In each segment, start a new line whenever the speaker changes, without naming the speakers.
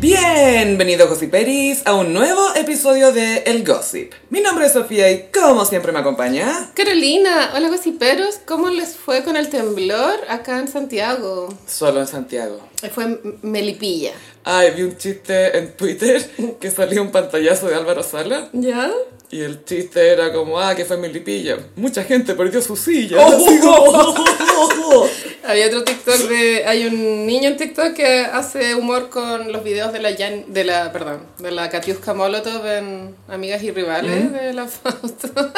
Bienvenido Gossiperis a un nuevo episodio de El Gossip. Mi nombre es Sofía y como siempre me acompaña.
Carolina, hola gossiperos, ¿cómo les fue con el temblor acá en Santiago?
Solo en Santiago.
Fue en Melipilla.
Ay, vi un chiste en Twitter que salió un pantallazo de Álvaro Sala
¿Ya?
y el chiste era como, ah, que fue en Milipilla. Mucha gente perdió su silla. Así como-
Había otro TikTok de... Hay un niño en TikTok que hace humor con los videos de la Jan- de la, perdón, de la Katiuska Molotov en Amigas y Rivales de la Fausto.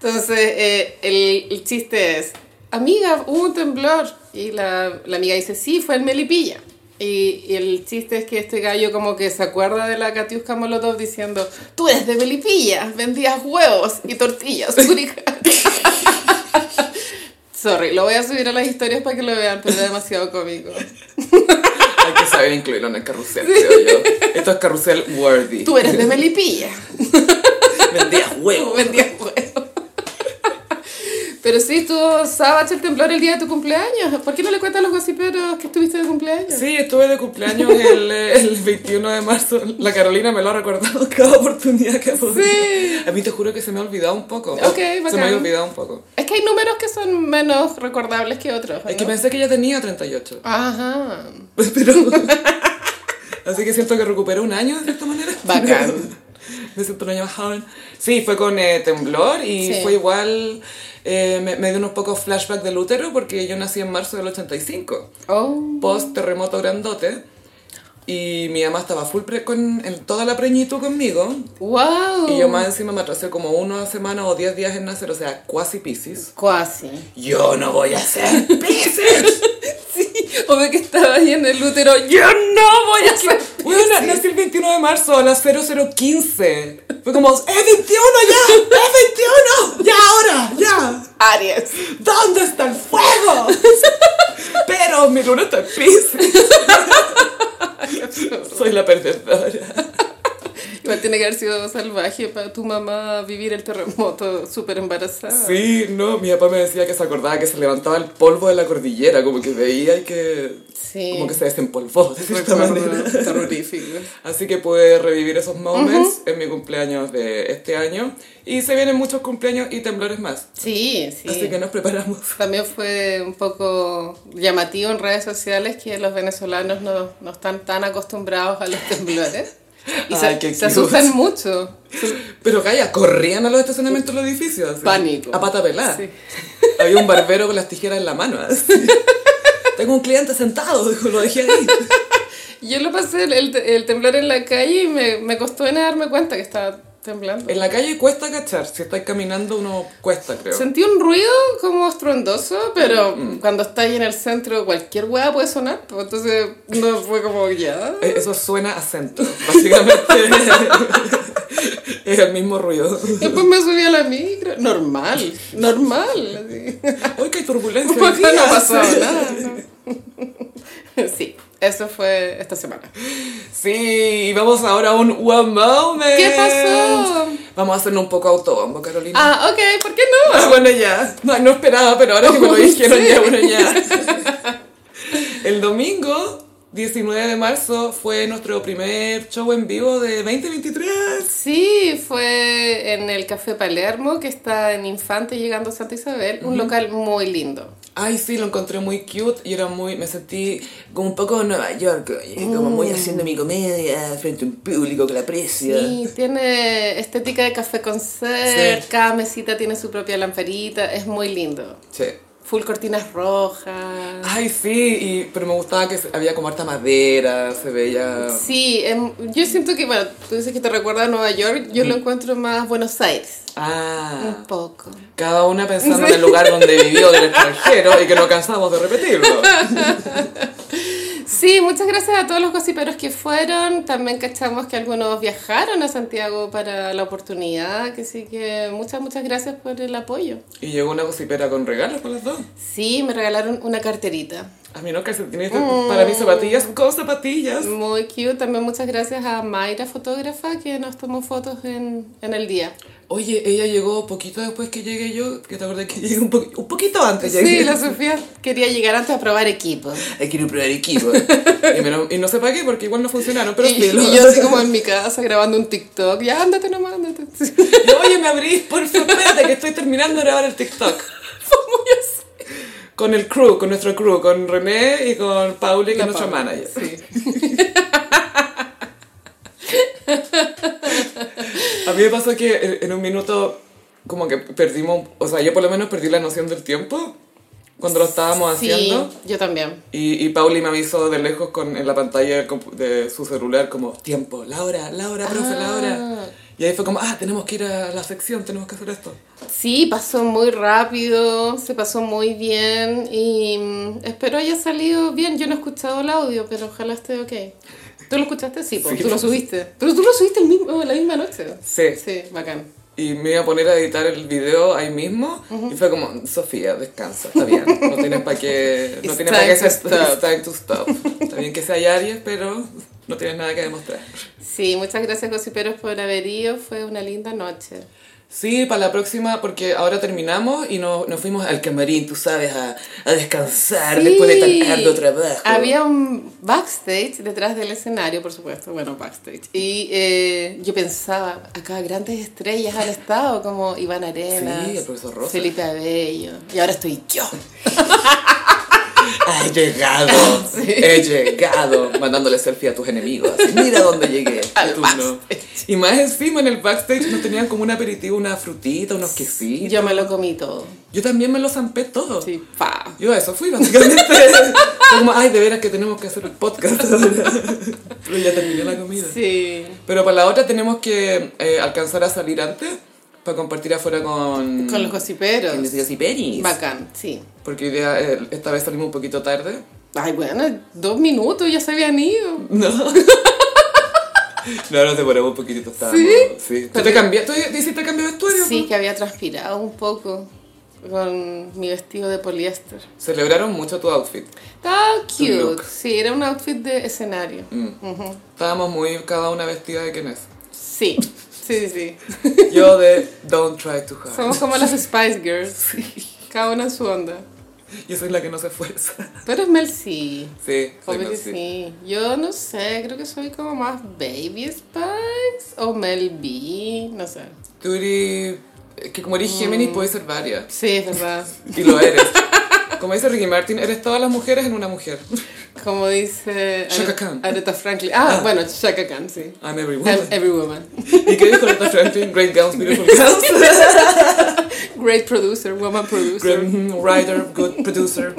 Entonces, eh, el, el chiste es, amiga, hubo un temblor. Y la, la amiga dice, sí, fue en Melipilla. Y, y el chiste es que este gallo como que se acuerda de la Katiuska Molotov diciendo, tú eres de Melipilla, vendías huevos y tortillas, única. Sorry, lo voy a subir a las historias para que lo vean, pero es demasiado cómico.
Hay que saber incluirlo en el carrusel, creo yo. Esto es carrusel worthy.
Tú eres de Melipilla.
vendías
Tú
huevos.
vendías huevos. Pero sí, estuvo sábado el temblor el día de tu cumpleaños. ¿Por qué no le cuentas a los gossiperos que estuviste de cumpleaños?
Sí, estuve de cumpleaños el, eh, el 21 de marzo. La Carolina me lo ha recordado cada oportunidad que podía.
Sí.
A mí te juro que se me ha olvidado un poco.
Ok,
Se
bacán.
me ha olvidado un poco.
Es que hay números que son menos recordables que otros. ¿o
Es que
no?
pensé que ya tenía 38.
Ajá.
Pero... Así que siento que recuperé un año de cierta manera.
Bacán.
Me siento un año más joven. Sí, fue con eh, temblor y
Sí.
fue igual. eh, me, me dio unos pocos flashbacks del útero porque yo nací en marzo del 85.
Oh.
post terremoto grandote y mi mamá estaba full pre- con en toda la preñitud conmigo
Wow.
y yo más encima me atrasé como una semana o diez días en nacer, o sea, cuasi piscis.
Cuasi.
Yo no voy a ser piscis.
Sí, o de que estaba ahí en el útero. Yo no voy a ser.
Bueno, nací el 21 de marzo a las 0015. Fue como, ¡es 21 ya! ¡Es 21! ¡Ya ahora! ¡Ya!
Aries.
¿Dónde está el fuego? Pero mi luna está en piscis. Soy la perdedora.
Igual tiene que haber sido salvaje para tu mamá vivir el terremoto súper embarazada.
Sí, no, mi papá me decía que se acordaba que se levantaba el polvo de la cordillera, como que veía y que...
Sí.
Como que se desempolvó de cierta
Recuerdo
manera.
terrorífico.
Así que pude revivir esos moments en mi cumpleaños de este año. Y se vienen muchos cumpleaños y temblores más.
Sí, sí.
Así que nos preparamos.
También fue un poco llamativo en redes sociales que los venezolanos no, no están tan acostumbrados a los temblores. Y se-
Ay, qué
se,
cute.
asustan mucho.
Pero calla, corrían a los estacionamientos de los edificios. así,
Pánico.
A pata pelada.
Sí.
Había un barbero con las tijeras en la mano. así. Tengo un cliente sentado, dijo, lo dejé ahí.
Yo lo pasé el, el- el temblor en la calle y me, me costó en darme cuenta que estaba temblando.
En la calle cuesta cachar. Si estáis caminando, uno cuesta, creo.
Sentí un ruido como estruendoso, pero
Mm,
cuando estás en el centro cualquier hueá puede sonar, pues, entonces no fue como ya.
Eh, Eso suena a acento, básicamente. es el mismo ruido.
Después me subí a la micro, normal, normal. así.
¡Uy, qué turbulencia!
Porque
hoy
no
día!
pasó nada. ¿no? Sí, eso fue esta semana.
Sí, y vamos ahora a un One Moment.
¿Qué pasó?
Vamos a hacernos un poco autobombo, Carolina.
Ah, ok, ¿por qué no?
Ah, bueno, ya. No, no esperaba, pero ahora que me lo dijeron,
Sí.
ya, bueno, ya. El domingo 19 de marzo fue nuestro primer show en vivo de 2023.
Sí, fue en el Café Palermo, que está en Infante, llegando a Santa Isabel, un local muy lindo.
Ay, sí, lo encontré muy cute y era muy, me sentí como un poco en Nueva York, oye, como
Mm.
muy haciendo mi comedia frente a un público que la aprecia.
Sí, tiene estética de café concert,
Sí.
cada mesita tiene su propia lamparita, es muy lindo.
Sí.
Full cortinas rojas.
Ay, sí, y- pero me gustaba que se- había como harta madera, se veía...
Sí, em, yo siento que, bueno, tú dices que te recuerda a Nueva York, yo lo encuentro más Buenos Aires.
Ah,
Un poco.
cada una pensando en el lugar donde vivió del extranjero y que no cansamos de repetirlo.
Sí, muchas gracias a todos los gossiperos que fueron. También cachamos que algunos viajaron a Santiago para la oportunidad. Que sí que muchas, muchas gracias por el apoyo.
Y llegó una gossipera con regalos con las dos.
Sí, me regalaron una carterita.
A mí no calcetines, para mí zapatillas con zapatillas.
Muy cute. También muchas gracias a Mayra, fotógrafa, que nos tomó fotos en, en el día.
Oye, ella llegó poquito después que llegué yo, que te acuerdas que llegué un, po- un poquito antes.
Sí,
llegué.
la Sofía quería llegar antes a probar equipo.
Hay que ir a probar equipo. y, me lo- y no sé para qué, porque igual no funcionaron, pero
y,
sí.
y yo así como en mi casa grabando un TikTok. Ya, ándate nomás, ándate. Sí.
Oye, me abrís, por favor, espérate, que estoy terminando de grabar el TikTok. Con el crew, con nuestro crew, con René y con Pauli, que es nuestra
Paula,
manager.
sí.
A mí me pasó que en- en un minuto como que perdimos, o sea, yo por lo menos perdí la noción del tiempo cuando lo estábamos haciendo.
Sí, yo también.
Y, y Pauli me avisó de lejos con, en la pantalla del compu- de su celular como, tiempo, la hora, la hora, profe,
Ah.
la hora. Y ahí fue como, ah, tenemos que ir a la sección, tenemos que hacer esto.
Sí, pasó muy rápido, se pasó muy bien y mm, espero haya salido bien. Yo no he escuchado el audio, pero ojalá esté ok. ¿Tú lo escuchaste? Sí, po,
Sí,
tú lo
po.
subiste. Pero tú lo subiste el mismo, la misma noche.
Sí.
Sí, bacán.
Y me iba a poner a editar el video ahí mismo. Y fue como, Sofía, descansa, está bien. No tienes para qué... No
It's
tienes para qué
time to
hacer
stop.
time to stop. Está bien que sea Aries, pero no tienes nada que demostrar.
Sí, muchas gracias, Gossiperos, por haber ido. Fue una linda noche.
Sí, para la próxima, porque ahora terminamos y no- nos fuimos al camarín, tú sabes, a, a descansar después de
Sí.
tan arduo trabajo.
Había un backstage detrás del escenario, por supuesto, bueno, backstage. Y eh, yo pensaba, acá grandes estrellas han estado, como Iván Arenas,
Sí, el profesor Rosa.
Felipe Abello, y ahora estoy yo.
He llegado, he llegado, mandándole selfie a tus enemigos. así, Mira dónde llegué.
Al
Y tú no. Y más encima en el backstage nos tenían como un aperitivo, una frutita, unos quesitos.
Yo me lo comí todo.
Yo también me lo zampé todo.
Sí, pa.
Yo a eso fui, básicamente. Fue como, ay, de veras que tenemos que hacer el podcast ahora. Pero ya terminé la comida.
Sí.
Pero para la otra tenemos que eh, alcanzar a salir antes para compartir afuera con...
Con los gossiperos.
con los gossiperis.
Bacán, sí.
Porque hoy día, eh, esta vez salimos un poquito tarde.
Ay, bueno, dos minutos ya se habían ido.
No. No, nos demoramos un poquitito. Estábamos,
¿Sí?
sí. ¿Tú te cambiaste? ¿Tú te hiciste cambio de vestuario?
Sí, que había transpirado un poco con mi vestido de poliéster.
Celebraron mucho tu outfit.
Estaba
look.
cute. Sí, era un outfit de escenario.
Mm.
Ujú.
Estábamos muy cada una vestida de quién es.
Sí, sí, sí.
Yo de Don't Try Too Hard.
Somos como las Spice Girls. Cada una en su onda.
Yo soy la que no se esfuerza.
Pero es Mel C.
Sí, soy
Obvio que
Nancy.
Oh, sí. Yo no sé, creo que soy como más Baby Spice o Mel B. No sé.
Tú eres... es que como
Mm.
eres Géminis, puedes ser varias.
Sí, es verdad.
Y lo eres. Como dice Ricky Martin, eres todas las mujeres en una mujer.
Como dice
Shaka
Are-
Khan.
Aretha Franklin. Ah, bueno, Shaka Khan, sí.
I'm every
I'm
woman.
every woman.
¿Y qué dijo Aretha Franklin? Great gowns, beautiful gowns.
Great producer, woman producer.
Great writer, good producer.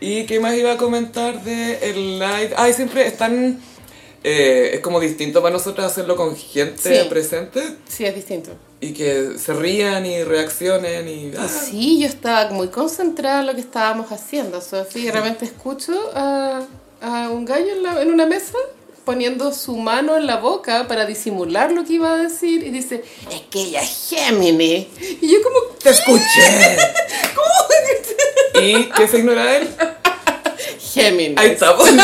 ¿Y qué más iba a comentar de el live? Ay, siempre están... eh, es como distinto para nosotros hacerlo con gente
Sí.
presente
Sí, es distinto.
y que se rían y reaccionen y... ah,
Sí, yo estaba muy concentrada en lo que estábamos haciendo, Sofía. De repente escucho a, a un gallo en, la- en una mesa poniendo su mano en la boca para disimular lo que iba a decir y dice, es que ella es Géminis. Y yo como,
¡Te escuché!
¿cómo?
¿Y qué signo era él?
Géminis.
Ahí estamos.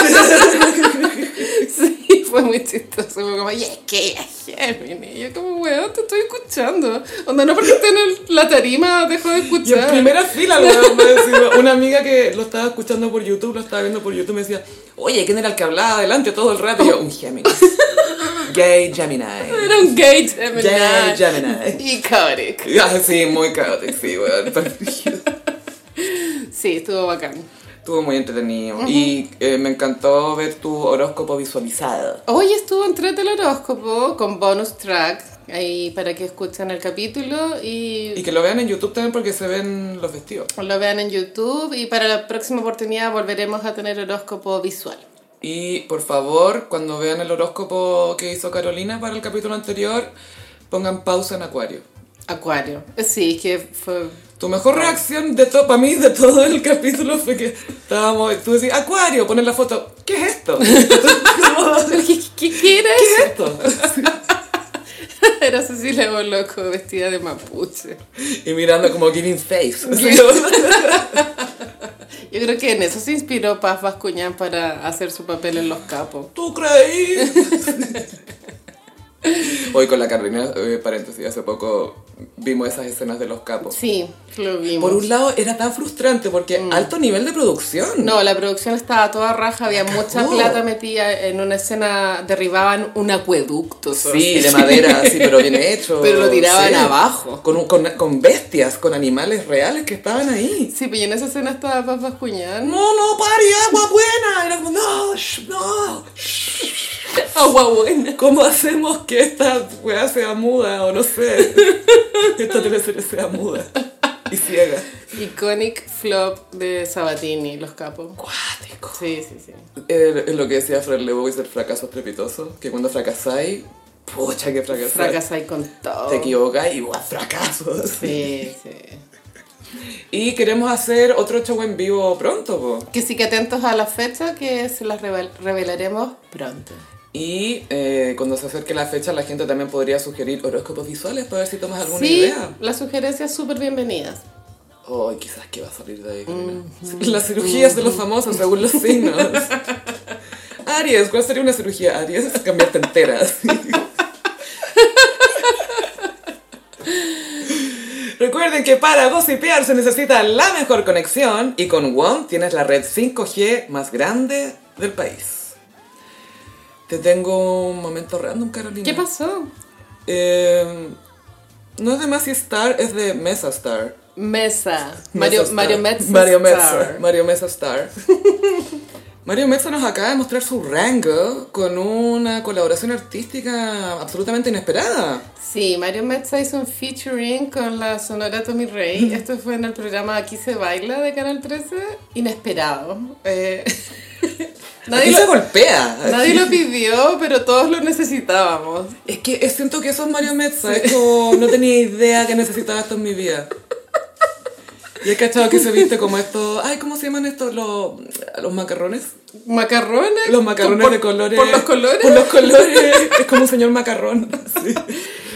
Sí, fue muy chistoso. Fue como, y es que ella es Géminis. Y yo como, weón, te estoy escuchando. Onda, no porque esté en el- la tarima, dejo de
Y en
escuchar.
primera fila, lo voy a decir, una amiga que lo estaba escuchando por YouTube, lo estaba viendo por YouTube, me decía, oye, ¿quién era el que hablaba adelante todo el rato? Y yo, un Géminis. Gay Gemini.
Era un gay Gemini.
Gay Gemini.
Y cabrón.
Ah, sí, muy caótico, sí, weón.
Sí, estuvo bacán.
Estuvo muy entretenido. Y eh, me encantó ver tu horóscopo visualizado.
Hoy estuvo en Tret del horóscopo con bonus track ahí para que escuchen el capítulo
Y
y
que lo vean en YouTube también porque se ven los vestidos.
lo vean en YouTube y para la próxima oportunidad volveremos a tener horóscopo visual.
Y por favor, cuando vean el horóscopo que hizo Carolina para el capítulo anterior, pongan pausa en Acuario.
Acuario. Eh, Sí, es que fue
Tu mejor reacción de todo, para mí, de todo el capítulo fue que estábamos, tú decís, Acuario, pones la foto, ¿qué es esto? ¿Qué
¿Qué, qué, qué era eso?
es esto?
Era Cecilia Boloco vestida de mapuche.
Y mirando como giving face.
Yo creo que en eso se inspiró Paz Vascuñán para hacer su papel en Los Capos.
¿Tú creí? Hoy con la Carolina, eh, paréntesis, hace poco vimos esas escenas de los capos.
Sí, lo vimos.
Por un lado era tan frustrante porque alto nivel de producción.
Mm. No, la producción estaba a toda raja, había mucha
cagó.
plata metida en una escena, derribaban un acueducto. solo
Sí,
así.
de madera, sí, pero bien hecho.
Pero lo tiraban
sí.
abajo.
Con, un- con, con bestias, con animales reales que estaban ahí.
Sí, pero en esa escena estaba Paz Vascuñán.
No, no, pari, agua buena. Era como, no, sh, no.
Agua buena.
¿Cómo hacemos que esta weá sea muda o no sé? Que esta teleserie sea muda y ciega.
Iconic flop de Sabatini, Los Capos.
Cuático.
Sí, sí, sí.
Eh, Es lo que decía Fred Lebowitz del fracaso estrepitoso, que cuando fracasáis, pucha que fracasáis.
Fracasai con todo.
Te equivocas y igual fracasos.
Sí, sí.
Y queremos hacer otro show en vivo pronto, po.
Que sí que atentos a la fecha que se las revel- revelaremos pronto.
Y eh, cuando se acerque la fecha, la gente también podría sugerir horóscopos visuales para ver si tomas alguna
sí,
idea.
las sugerencias súper bienvenidas.
Ay, Oh, quizás que va a salir de ahí. Karina. Las cirugías de los famosos según los signos. Aries, ¿cuál sería una cirugía? Aries, cambiarte entera. así. Recuerden que para gossipear se necesita la mejor conexión y con WOM tienes la red 5G más grande del país. Te tengo un momento random, Carolina.
¿Qué pasó?
Eh, no es de Massy Star, es de Mesa Star.
Mesa. Mario,
Star.
Mario Metz.
Mario
Star.
Mesa. Mario Mesa Star. Mario Mesa nos acaba de mostrar su rango con una colaboración artística absolutamente inesperada.
Sí, Mario Metza hizo un featuring con la Sonora Tommy
Mm.
Rey. Esto fue en el programa Aquí se baila de Canal 13. Inesperado. Eh,
Aquí
nadie,
se
lo,
golpea.
nadie lo pidió, pero todos lo necesitábamos.
Es que es- siento que eso es Mario Mesa. Es como, no tenía idea que necesitaba esto en mi vida. Y he cachado que se viste como estos... Ay, ¿cómo se llaman estos? Los, los macarrones.
Macarrones.
Los macarrones
por-
de colores.
Por los colores.
Por los colores. es como un señor macarrón. Sí.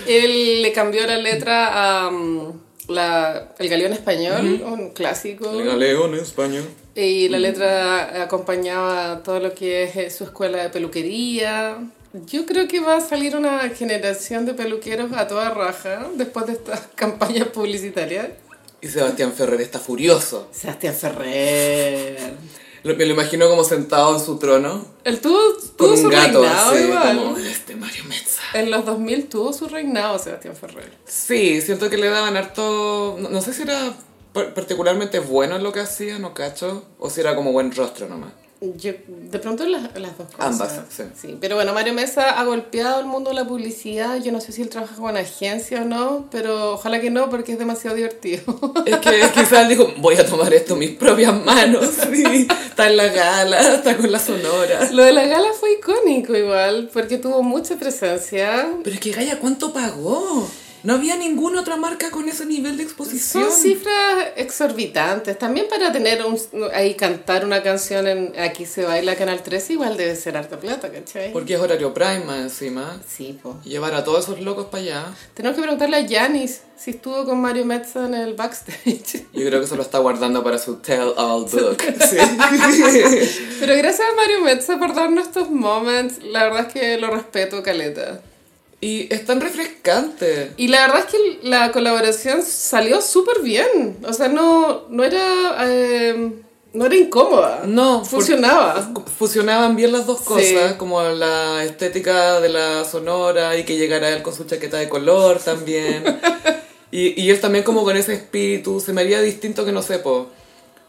Él le cambió la letra a mm, la- El Galeón Español, un clásico.
León español.
Y la letra acompañaba todo lo que es eh, su escuela de peluquería. Yo creo que va a salir una generación de peluqueros a toda raja después de estas campañas publicitarias.
Y Sebastián Ferrer está furioso.
Sebastián Ferrer.
Lo- me lo imagino como sentado en su trono.
Él tuvo,
Con
tuvo
un
su
gato
reinado
así,
igual.
como este Mario Meza.
En los 2000 tuvo su reinado Sebastián Ferrer.
Sí, siento que le daban harto... No, no sé si era par- particularmente bueno en lo que hacía, no cacho. O si era como buen rostro nomás.
Yo, de pronto las, las dos cosas.
Ambas, sí.
Pero bueno, Mario Mesa ha golpeado el mundo de la publicidad. Yo no sé si él trabaja con agencia o no, pero ojalá que no porque es demasiado divertido.
Es que quizás dijo, voy a tomar esto en mis propias manos. Sí, está en la gala, está con la sonora.
Lo de la gala fue icónico igual, porque tuvo mucha presencia.
Pero es que Gaya, ¿cuánto pagó? No había ninguna otra marca con ese nivel de exposición.
Son cifras exorbitantes. También para tener un, ahí cantar una canción en Aquí se baila Canal 13 igual debe ser harta plata, ¿cachai?
Porque es horario prime más encima.
Sí, po.
Llevar a todos esos locos para allá.
Tenemos que preguntarle a Janis si estuvo con Mario Metza en el backstage.
Yo creo que se lo está guardando para su tell all book. Sí.
Pero gracias a Mario Metza por darnos estos moments. La verdad es que lo respeto, Caleta.
Y es tan refrescante.
Y la verdad es que la colaboración salió súper bien. O sea, no, no era... eh, no era incómoda.
No,
Funcionaba.
Fusionaban bien las dos cosas,
Sí.
como la estética de la sonora y que llegara él con su chaqueta de color también. y, y él también como con ese espíritu, se me haría distinto que no sepo.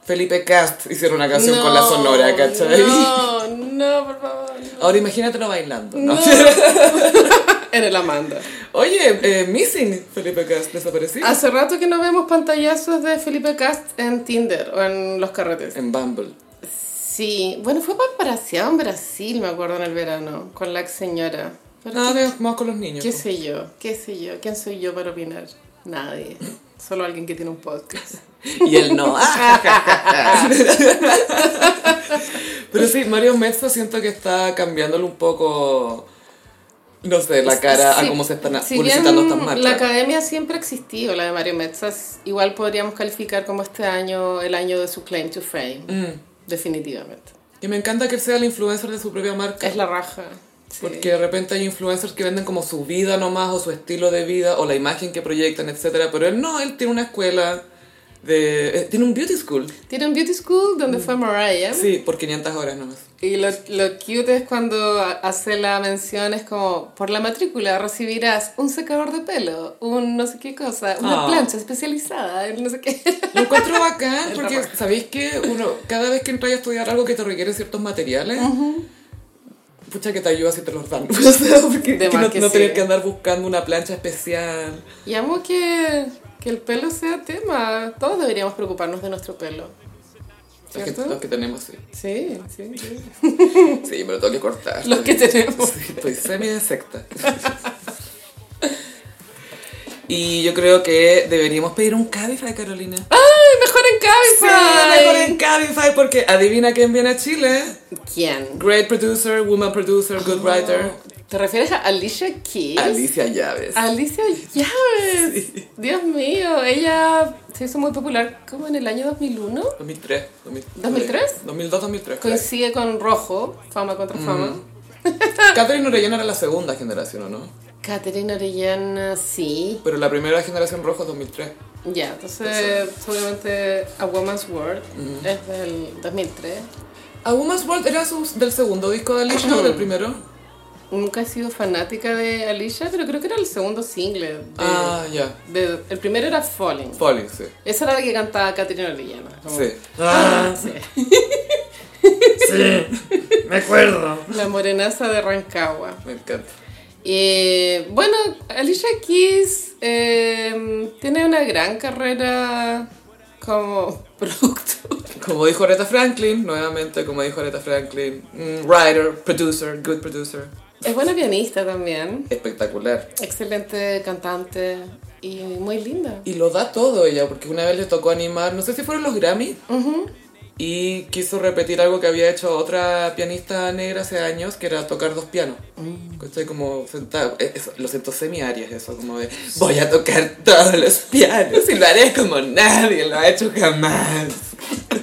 Felipe Cast hicieron una canción con la
No,
sonora, ¿cachai?
No, no, por favor.
Ahora imagínatelo bailando. ¿no?
En el Amanda.
Oye, eh, Missing, Felipe Cast, desaparecido.
Hace rato que no vemos pantallazos de Felipe Cast en Tinder o en los carretes.
En Bumble.
Sí, bueno, fue paparazziado en Brasil, me acuerdo, en el verano, con la ex señora. Pero
Nada
qué-
de más con los niños. pues.
¿Qué sé yo? ¿Qué sé yo? ¿Quién soy yo para opinar? Nadie. Solo alguien que tiene un podcast.
Y él no. Pero sí, Mario Mezzo siento que está cambiándole un poco No sé, la cara a cómo se están publicitando estas marcas.
La academia siempre ha existido, la de Mario Metzas. Igual podríamos calificar como este año el año de su claim to fame. Definitivamente.
Y me encanta Mm, que él sea el influencer de su propia marca.
Es la raja. sí.
Porque de repente hay influencers que venden como su vida nomás, o su estilo de vida, o la imagen que proyectan, etc. Pero él no, él tiene una escuela de... eh, tiene un beauty school.
Tiene un beauty school donde fue Mariah.
Mm. Sí, por 500 horas nomás.
Y lo, lo cute es cuando hace la mención, es como, por la matrícula recibirás un secador de pelo, un no sé qué cosa, una
Ah.
plancha especializada, en no sé qué.
Lo encuentro bacán
El
porque,
trabajo.
¿sabéis que uno, cada vez que entras a estudiar algo que te requiere ciertos materiales, pucha que te ayuda si te los dan. O sea, porque
De
que
más
no,
que
no
sí.
tener que andar buscando una plancha especial.
Y amo que, que el pelo sea tema. Todos deberíamos preocuparnos de nuestro pelo.
Los que,
¿Cierto?
los que tenemos, sí.
Sí, sí, sí.
Sí, pero tengo que cortar.
Los que tenemos.
Estoy semi de secta. Y yo creo que deberíamos pedir un Cabify, Carolina.
¡Ay, mejor en
Sí,
cabeza!
mejor en Cabify, porque adivina quién viene a Chile.
¿Quién?
Great producer, woman producer, good writer.
¿Te refieres a Alicia Keys?
Alicia Llaves.
Alicia Llaves. Dios mío, ella se hizo muy popular como en el año 2001.
2003.
¿2003?
2002-2003.
Coincide con Rojo, fama contra fama.
Mm. Catherine Orellana era la segunda generación, ¿o no?
Catherine Orellana, sí.
Pero la primera generación rojo es 2003.
Ya, entonces, obviamente, A Woman's World
Mm.
es del 2003.
¿A Woman's World era su- del segundo disco de Alicia o del primero?
Nunca he sido fanática de Alicia, pero creo que era el segundo single. de-
Ah, ya.
de- el primero era Falling.
Falling, sí.
Esa era la que cantaba Catherine Orellana. como-
Sí. Ah, sí. sí. Me acuerdo.
La morenaza de Rancagua.
Me encanta.
Eh, bueno, Alicia Keys eh, tiene una gran carrera como producto.
Como dijo Aretha Franklin, nuevamente, como dijo Aretha Franklin, mm, writer, producer, good producer.
Es buena pianista también,
Espectacular.
excelente cantante y muy linda.
Y lo da todo ella, porque una vez le tocó animar, no sé si fueron los Grammy, y quiso repetir algo que había hecho otra pianista negra hace años, que era tocar dos pianos.
Mm.
¿Cachai? Como sentado, eh, eso, lo siento semi-arias eso, como de, voy a tocar todos los pianos y lo haré como nadie lo ha hecho jamás.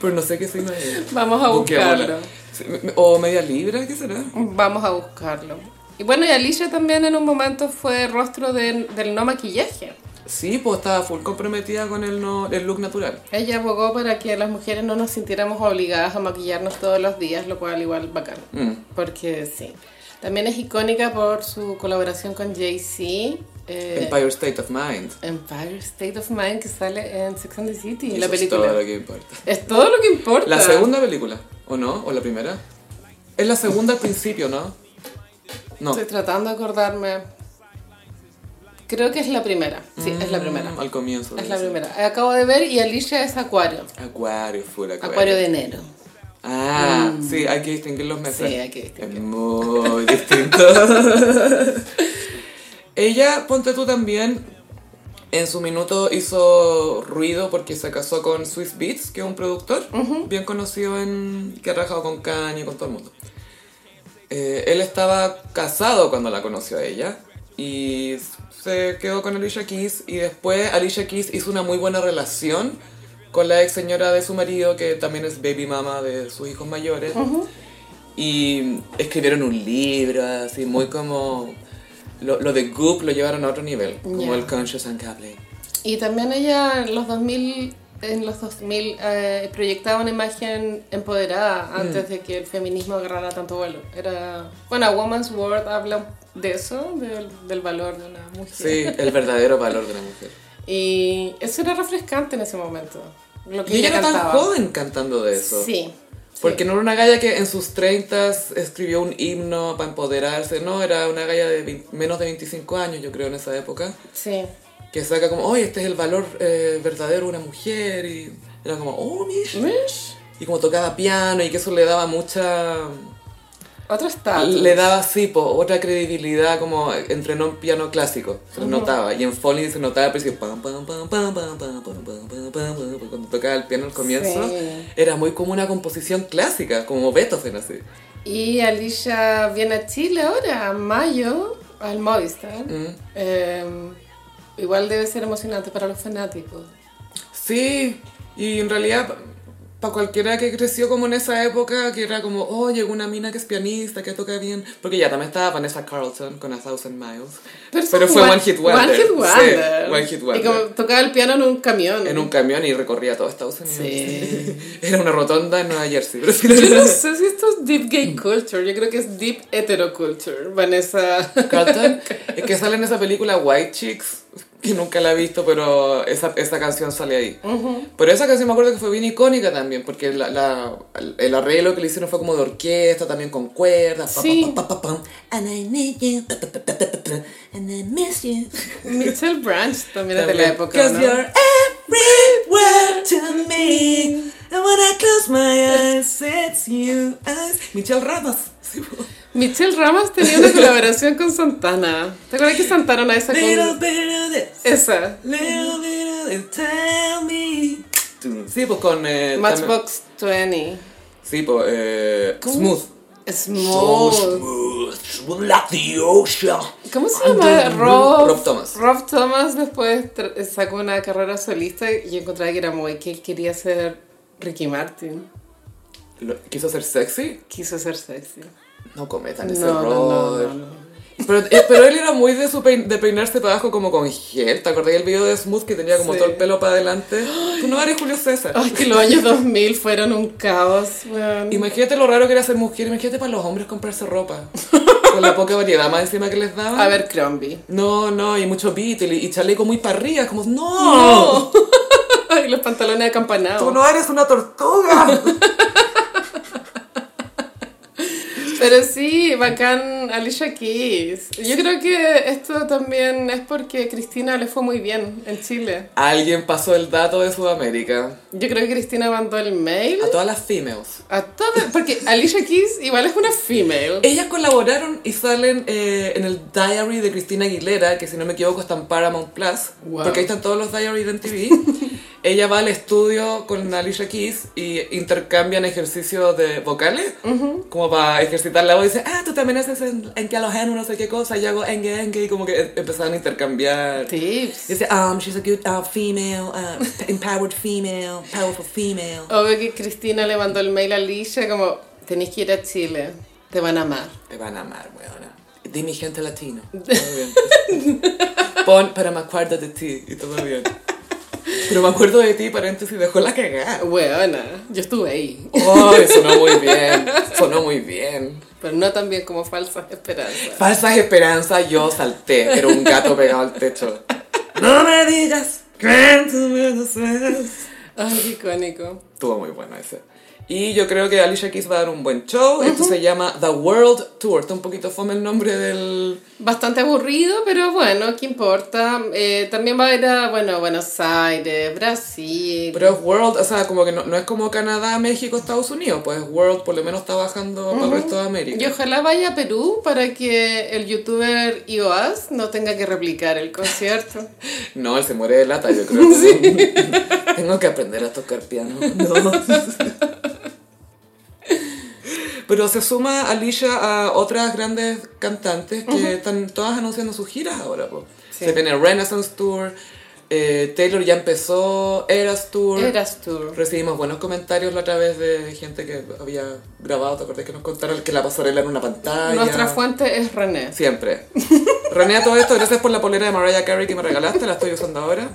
Pero no sé qué signo es.
Vamos a
Busquémosla.
buscarlo.
Sí, me- me- O media libra, ¿qué será?
Vamos a buscarlo. Y bueno, y Alicia también en un momento fue rostro de- del no maquillaje.
Sí, pues estaba full comprometida con el, no, el look natural.
Ella abogó para que las mujeres no nos sintiéramos obligadas a maquillarnos todos los días, lo cual igual bacán.
Mm.
Porque sí. También es icónica por su colaboración con Jay-Z. eh,
Empire State of Mind.
Empire State of Mind que sale en Sex and the City, la
Eso es
película. Ah.
todo lo que importa.
Es todo lo que importa.
La segunda película, ¿o no? ¿O la primera? Es la segunda al principio, ¿no? No.
Estoy tratando de acordarme. Creo que es la primera. Sí, es la primera.
Mm, Al comienzo.
Es
debe
la
ser.
primera. Acabo de ver y Alicia es Acuario.
Acuario, full acuario.
Acuario de enero.
Ah, sí, hay que distinguir los meses.
Sí, hay que distinguir.
Es muy distinto. Ella, ponte tú también, en su minuto hizo ruido porque se casó con Swiss Beats, que es un productor bien conocido en que ha trabajado con Kanye, con todo el mundo. Eh, él estaba casado cuando la conoció a ella y se quedó con Alicia Keys y después Alicia Keys hizo una muy buena relación con la ex señora de su marido que también es baby mama de sus hijos mayores y escribieron un libro así muy como lo, lo de Goop lo llevaron a otro nivel como
Ya.
el Conscious and Coupling
Y también ella en los 2000, en los 2000 eh, proyectaba una imagen empoderada antes
Mm.
de que el feminismo agarrara tanto vuelo. Era, bueno, Woman's World habla de eso, del, del valor de una mujer.
sí el verdadero valor de la mujer
Y eso era refrescante en ese momento. Lo que
y ella
ella
era tan
cantaba.
joven cantando de eso
Sí. sí.
Porque no era una galla que en sus 30 escribió un himno para empoderarse, no, era una galla de vein- menos de 25 años, yo creo, en esa época,
Sí.
que saca como, oye, este es el valor eh, verdadero de una mujer, y era como, oh, mira.
Mish.
Y como tocaba piano y que eso le daba mucha...
Otro estatus.
Le daba, sí, po, otra credibilidad, como entrenó en piano clásico, se lo notaba, y en Foley se notaba al principio, pam, pam, pam, pam, pam, pam, pam, pam, pam, pam, pam, pam, cuando tocaba el piano al comienzo,
Sí.
era muy como una composición clásica, como Beethoven así.
Y Alicia viene a Chile ahora, a mayo, al Movistar.
Mm.
Eh, igual debe ser emocionante para los fanáticos.
Sí, y en realidad para cualquiera que creció como en esa época, que era como, oh, llegó una mina que es pianista, que toca bien, porque ya también estaba Vanessa Carlton con A Thousand Miles, pero,
son
fue One, Hit Wonder.
One Hit
Sí,
Wonder.
one hit wonder.
Y como tocaba el piano en un camión.
En un camión y recorría todo Estados Unidos.
Sí.
Era una rotonda en Nueva Jersey. Pero sí.
Yo no sé si esto es deep gay culture, yo creo que es deep heteroculture, Vanessa.
Carlton, es que sale en esa película White Chicks, que nunca la he visto, pero esa, esa canción sale ahí. Pero esa canción me acuerdo que fue bien icónica también, porque la, la- el arreglo que le hicieron fue como de orquesta, también con cuerdas. pa,
Sí.
pa, pa, pa, pa, pam. And I need you, pa, pa, pa, pa, pa, pa, pa, and I miss you.
Mitchell Branch también es de la época,
Cause
¿no?
you're everywhere to me. And when I close my eyes, it's you. eyes. Michelle Ramas.
Michelle Ramas tenía una colaboración con Santana. ¿Te acuerdas que Santana una vez sacó
Little
un-
bit of this.
esa?
Little bit of it, tell me. Sí, pues con. eh, también-
Matchbox 20.
Sí, pues. eh, smooth.
Smooth.
smooth. Smooth like the ocean.
¿Cómo se llama?
Under-
Rob,
Rob Thomas.
Rob Thomas después tr- sacó una carrera solista y yo encontraba que era muy que él quería ser Ricky Martin.
Lo- ¿Quiso ser sexy?
Quiso ser sexy.
No cometan
No,
ese
no, no,
error.
no, no.
Pero, eh, pero él era muy de, su pein- de peinarse para abajo como con gel. ¿Te acordás del video de Smooth que tenía como
Sí.
todo el pelo para adelante? Tú no eres Julio César.
Ay, que los años 2000 fueron un caos, weón.
Imagínate lo raro que era ser mujer. Imagínate para los hombres comprarse ropa. con la poca variedad más encima que les daban.
A ver, Crombie.
No, no, y mucho Beatle y, y chaleco muy parrilla, como, no,
y los pantalones acampanados.
tú no eres una tortuga.
Pero sí, bacán Alicia Keys. Yo creo que esto también es porque Cristina le fue muy bien en Chile.
Alguien pasó el dato de Sudamérica
Yo creo que Cristina mandó el mail
a todas las females.
a todas, porque Alicia Keys igual es una female.
Ellas colaboraron y salen eh, en el diary de Cristina Aguilera, que si no me equivoco está en Paramount Plus,
Wow.
porque ahí están todos los diaries de MTV. Ella va al estudio con Alicia Keys y intercambian ejercicios de vocales, como para ejercitar la voz. Y dice, ah, tú también haces en, en que a los no sé qué cosa, y hago en que, y como que eh, empezaron a intercambiar.
Tips.
Dice, um, she's a good uh, female, uh, empowered female, powerful female.
Obvio que Cristina le mandó el mail a Alicia como, tenéis que ir a Chile, te van a amar.
Te van a amar, weona. Dime gente latino. Todo bien. Pon, pero me acuerdo de ti y todo bien. Pero me acuerdo de ti, paréntesis, dejó la cagada.
Weona, yo estuve ahí.
Oh, sonó muy bien, sonó muy bien.
Pero no tan bien como falsas esperanzas.
Falsas esperanzas, yo salté, era un gato pegado al techo. No me digas que tú me conoces.
Ay, qué icónico.
Estuvo muy bueno ese. Y yo creo que Alicia Keys va a dar un buen show. Esto se llama The World Tour. Está un poquito fome el nombre del...
Bastante aburrido, pero bueno, ¿qué importa? Eh, también va a ir a, bueno, Buenos Aires, Brasil.
Pero es World, o sea, como que no, no es como Canadá, México, Estados Unidos. Pues World por lo menos está bajando para el resto de
Y
América.
ojalá vaya a Perú para que el youtuber IOAS no tenga que replicar el concierto.
No, él se muere de lata, yo creo. que no. Tengo que aprender a tocar piano. No. Pero se suma Alicia a otras grandes cantantes que están todas anunciando sus giras ahora. po.
Sí.
Se viene Renaissance Tour, eh, Taylor ya empezó, Eras Tour.
Eras tú.
Recibimos buenos comentarios la otra vez de gente que había grabado, ¿te acordás que nos contaron que la pasarela era una pantalla?
Nuestra fuente es René.
Siempre. René, a todo esto, gracias por la polera de Mariah Carey que me regalaste, la estoy usando ahora.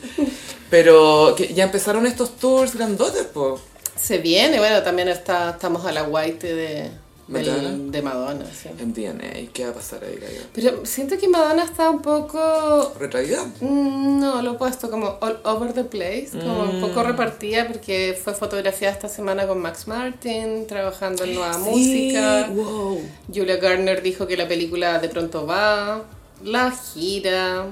Pero que ya empezaron estos tours grandotes, po.
Se viene, bueno, también está, estamos a la guaite de, del-
Madonna.
de Madonna. sí.
MDNA, ¿qué va a pasar ahí, gallo?
Pero siento que Madonna está un poco
¿Retraída?
Mm, No, lo he puesto como all over the place, como un poco
Mm.
repartida porque fue fotografiada esta semana con Max Martin, trabajando en nueva música.
Sí, wow.
Julia Garner dijo que la película de pronto va, la gira.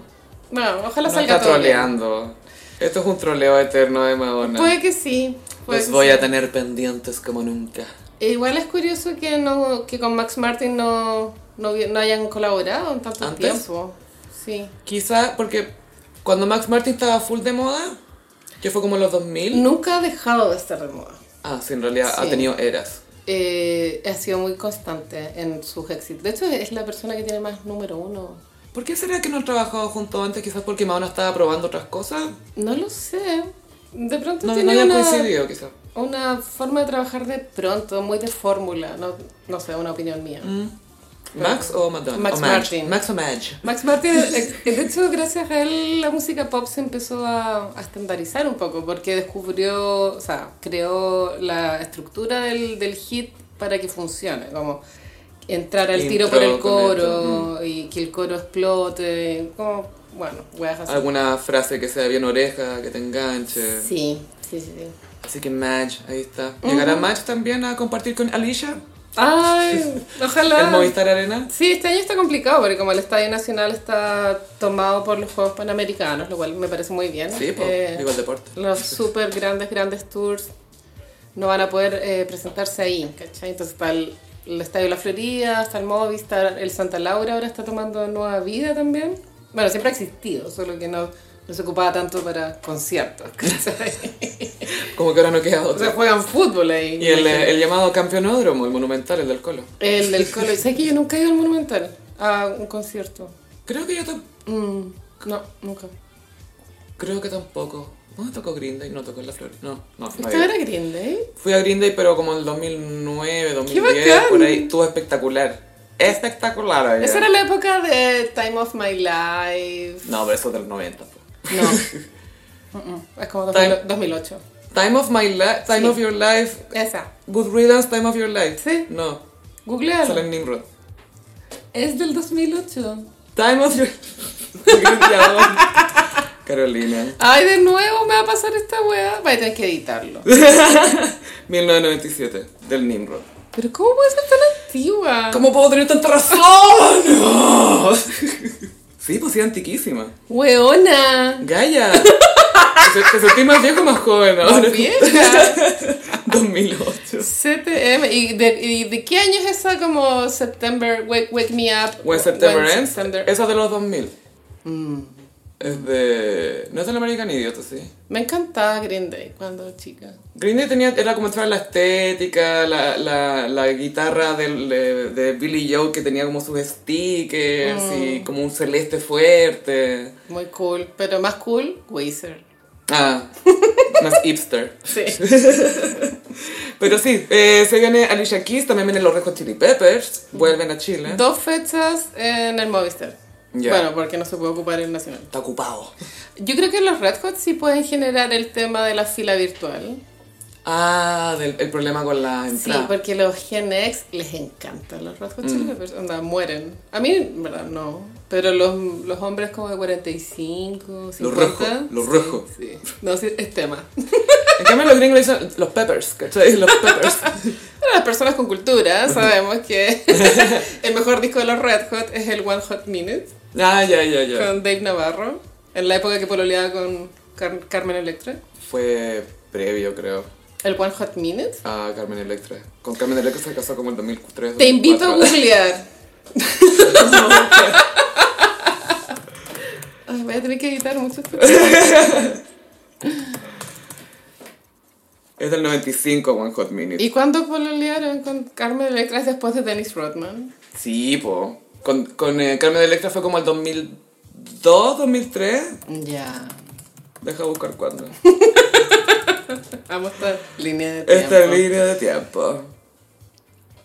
Bueno, ojalá
No
salga
está
todo bien.
troleando. Esto es un troleo eterno de Madonna.
Puede que sí. puede
Los Pues
que
voy
sí.
a tener pendientes como nunca.
E igual es curioso que no que con Max Martin no, no, vi- no hayan colaborado en tanto
¿Antes?
tiempo. Sí.
Quizá porque cuando Max Martin estaba full de moda, que fue como en los 2000.
Nunca ha dejado de estar de moda.
Ah, sí, en realidad ha
Sí.
tenido eras.
Eh, ha sido muy constante en sus éxitos. De hecho, es la persona que tiene más número uno.
¿Por qué será que no han trabajado juntos antes? Quizás porque Madonna estaba probando otras cosas.
No lo sé. De pronto
No, no
tiene
hayan
una,
coincidido, quizás.
una forma de trabajar de pronto, muy de fórmula. No, no sé, una opinión mía.
¿Max o Madonna?
Max
o Madge.
Martin.
Max o Madge.
Max Martin, eh, de hecho, gracias a él la música pop se empezó a, a estandarizar un poco porque descubrió, o sea, creó la estructura del, del hit para que funcione, como entrar al tiro por el
Intro con Mm.
coro y que el coro explote, como, bueno, weas así.
Alguna frase que sea bien oreja, que te enganche.
Sí, sí, sí. sí.
Así que Madge, ahí está. ¿Llegará Madge también a compartir con Alicia
Ay,
en
ojalá.
Movistar Arena?
Sí, este año está complicado porque como el Estadio Nacional está tomado por los Juegos Panamericanos, lo cual me parece muy bien.
Sí, pues,
Eh,
viva el deporte.
los super grandes, grandes tours no van a poder eh, presentarse ahí, ¿cachai? Entonces está el, el Estadio de la Florida, está el Movistar, el Santa Laura ahora está tomando nueva vida también. Bueno, siempre ha existido, solo que no, no se ocupaba tanto para conciertos, ¿cachai?
Como que ahora no queda
o sea,
otra.
juegan fútbol ahí.
Y el, eh, el llamado campeonódromo, el monumental, el del colo.
El del Colo. ¿Sabes que yo nunca he ido al Monumental a un concierto?
Creo que yo tam-
Mm, no, nunca.
creo que tampoco. ¿Dónde tocó Green Day? No tocó en la flor. No, no. no
¿Esto
había.
era Green Day?
Fui a Green Day, pero como en el 2009, 2010,
bacán!
por ahí. Estuvo espectacular. Espectacular, allá.
Esa era la época de Time of My Life.
No, pero eso es del 90. po.
No. Mm, mm, es como
Time-
2000 2008.
Time of my life, time
Sí.
of your life,
Esa.
good riddance, time of your life.
Sí.
No, sale
Googlealo.
en Nimrod.
Es del 2008.
Time of your... Cristiano. Carolina.
Ay, de nuevo me va a pasar esta weá. Voy a tener que editarlo.
1997, del Nimrod.
Pero ¿cómo puede ser tan antigua?
¿Cómo puedo tener tanta razón? sí, pues sí, antiquísima.
Weona.
Gaia. Te se- Te sentí más viejo o más joven ahora.
Vieja.
2008.
CTM. ¿Y de, y de qué año es esa como September, Wake, wake Me Up?
When September
When
Ends.
September- Mm.
Esa es de los 2000. Es de... No es del American Idiot, sí.
Me encantaba Green Day cuando chica.
Green Day tenía, era como entrar la estética, la, la, la guitarra del- de, de Billy Joe que tenía como sus stickers y como un celeste fuerte.
Muy cool. Pero más cool, Wizard.
Ah, más hipster.
Sí.
Pero sí, eh, se viene Alicia Keys, también vienen los Red Hot Chili Peppers, vuelven a Chile.
Dos fechas en el Movistar.
¿Eh? Ya.
Bueno, porque no se puede ocupar el Nacional.
Está ocupado.
Yo creo que los Red Hot sí pueden generar el tema de la fila virtual.
Ah, del, el problema con la
Sí,
entrada.
porque los Gen X les encantan los Red Hot Chili
Mm.
Peppers. Onda, mueren. A mí, en verdad, no. Pero los, los hombres como de 45, 50.
rojos, los rojos.
Sí, sí. No, sí, es tema.
En cambio los gringos le dicen los peppers, ¿cachai? Los peppers.
Para las personas con cultura sabemos que el mejor disco de los Red Hot es el One Hot Minute
Ah, ya, ya, ya.
con Dave Navarro. En la época que pololeaba con Car- Carmen Electra.
Fue previo, creo.
El One Hot Minute.
a Carmen Electra. Con Carmen Electra se casó como en 2003.
Te invito a
2004.
googlear. Ay, voy a tener que editar mucho este esto.
Es del 95 One Hot Minute.
¿Y cuándo pololearon con Carmen Electra después de Dennis Rodman?
Sí, po. Con, con eh, Carmen Electra fue como el 2002, 2003.
Ya.
Deja buscar cuándo.
Vamos a esta línea de tiempo.
Esta línea de tiempo.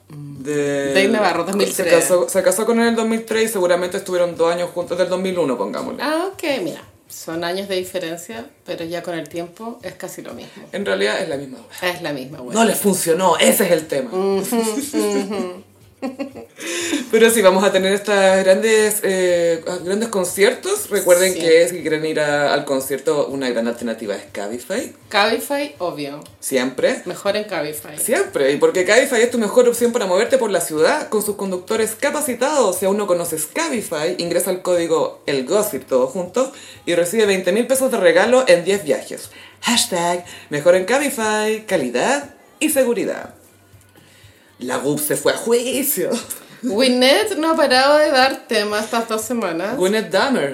De...
Dave Navarro, 2003.
Se casó, se casó con él en el 2003 y seguramente estuvieron dos años juntos del 2001, pongámosle.
Ah, ok, mira. Son años de diferencia, pero ya con el tiempo es casi lo mismo.
En realidad es la misma wea.
Es la misma, güey.
No les funcionó, ese es el tema. Pero sí, vamos a tener estos grandes, eh, grandes conciertos. Recuerden
Sí.
que si quieren ir a- al concierto, una gran alternativa es Cabify.
Cabify, obvio.
Siempre.
Mejor en Cabify.
Siempre. Y porque Cabify es tu mejor opción para moverte por la ciudad con sus conductores capacitados. Si aún no conoces Cabify, ingresa el código El Gossip todo junto y recibe 20 mil pesos de regalo en 10 viajes. Hashtag Mejor en Cabify, calidad y seguridad. La GUP se fue a juicio.
Winnet no ha parado de dar tema estas dos semanas. Ah,
Gwyneth Dahmer.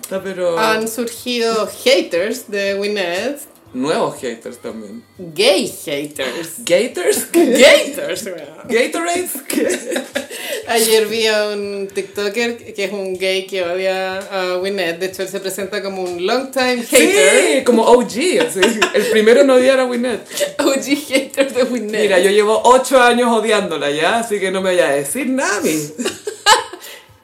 Está pero...
Han surgido haters de Winnet
nuevos haters también.
Gay haters.
¿Gators?
Gators, weón.
¿Gatorades? ¿Qué?
Ayer vi a un TikToker que es un gay que odia a Winnet. De hecho, él se presenta como un long time hater.
Sí, como OG, así. El primero en odiar a Winnet.
OG hater de Winnet.
Mira, yo llevo 8 años odiándola ya, así que no me vaya a decir nada. mi.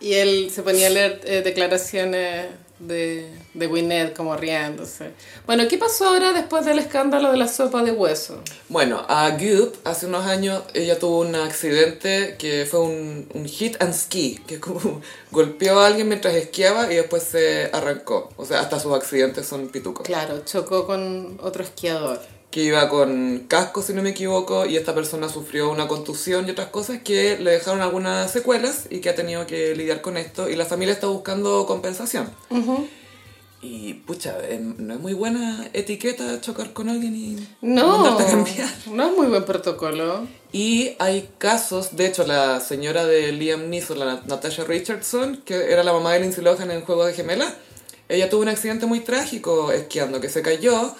Y él se ponía a leer eh, declaraciones de, de Winnet, como riéndose. Bueno, ¿qué pasó ahora después del escándalo de la sopa de hueso?
Bueno, a Goop hace unos años ella tuvo un accidente que fue un, un hit and ski, que es como golpeó a alguien mientras esquiaba y después se arrancó. O sea, hasta sus accidentes son pitucos.
Claro, chocó con otro esquiador.
Que iba con casco, si no me equivoco, y esta persona sufrió una contusión y otras cosas que le dejaron algunas secuelas y que ha tenido que lidiar con esto. Y la familia está buscando compensación. Y pucha, eh, no es muy buena etiqueta chocar con alguien y
No,
mandarte a cambiar.
no es muy buen protocolo.
Y hay casos, de hecho, la señora de Liam Neeson, la Nat- Natasha Richardson, que era la mamá de Lindsay Lohan en Juego de Gemela, ella tuvo un accidente muy trágico esquiando, que se cayó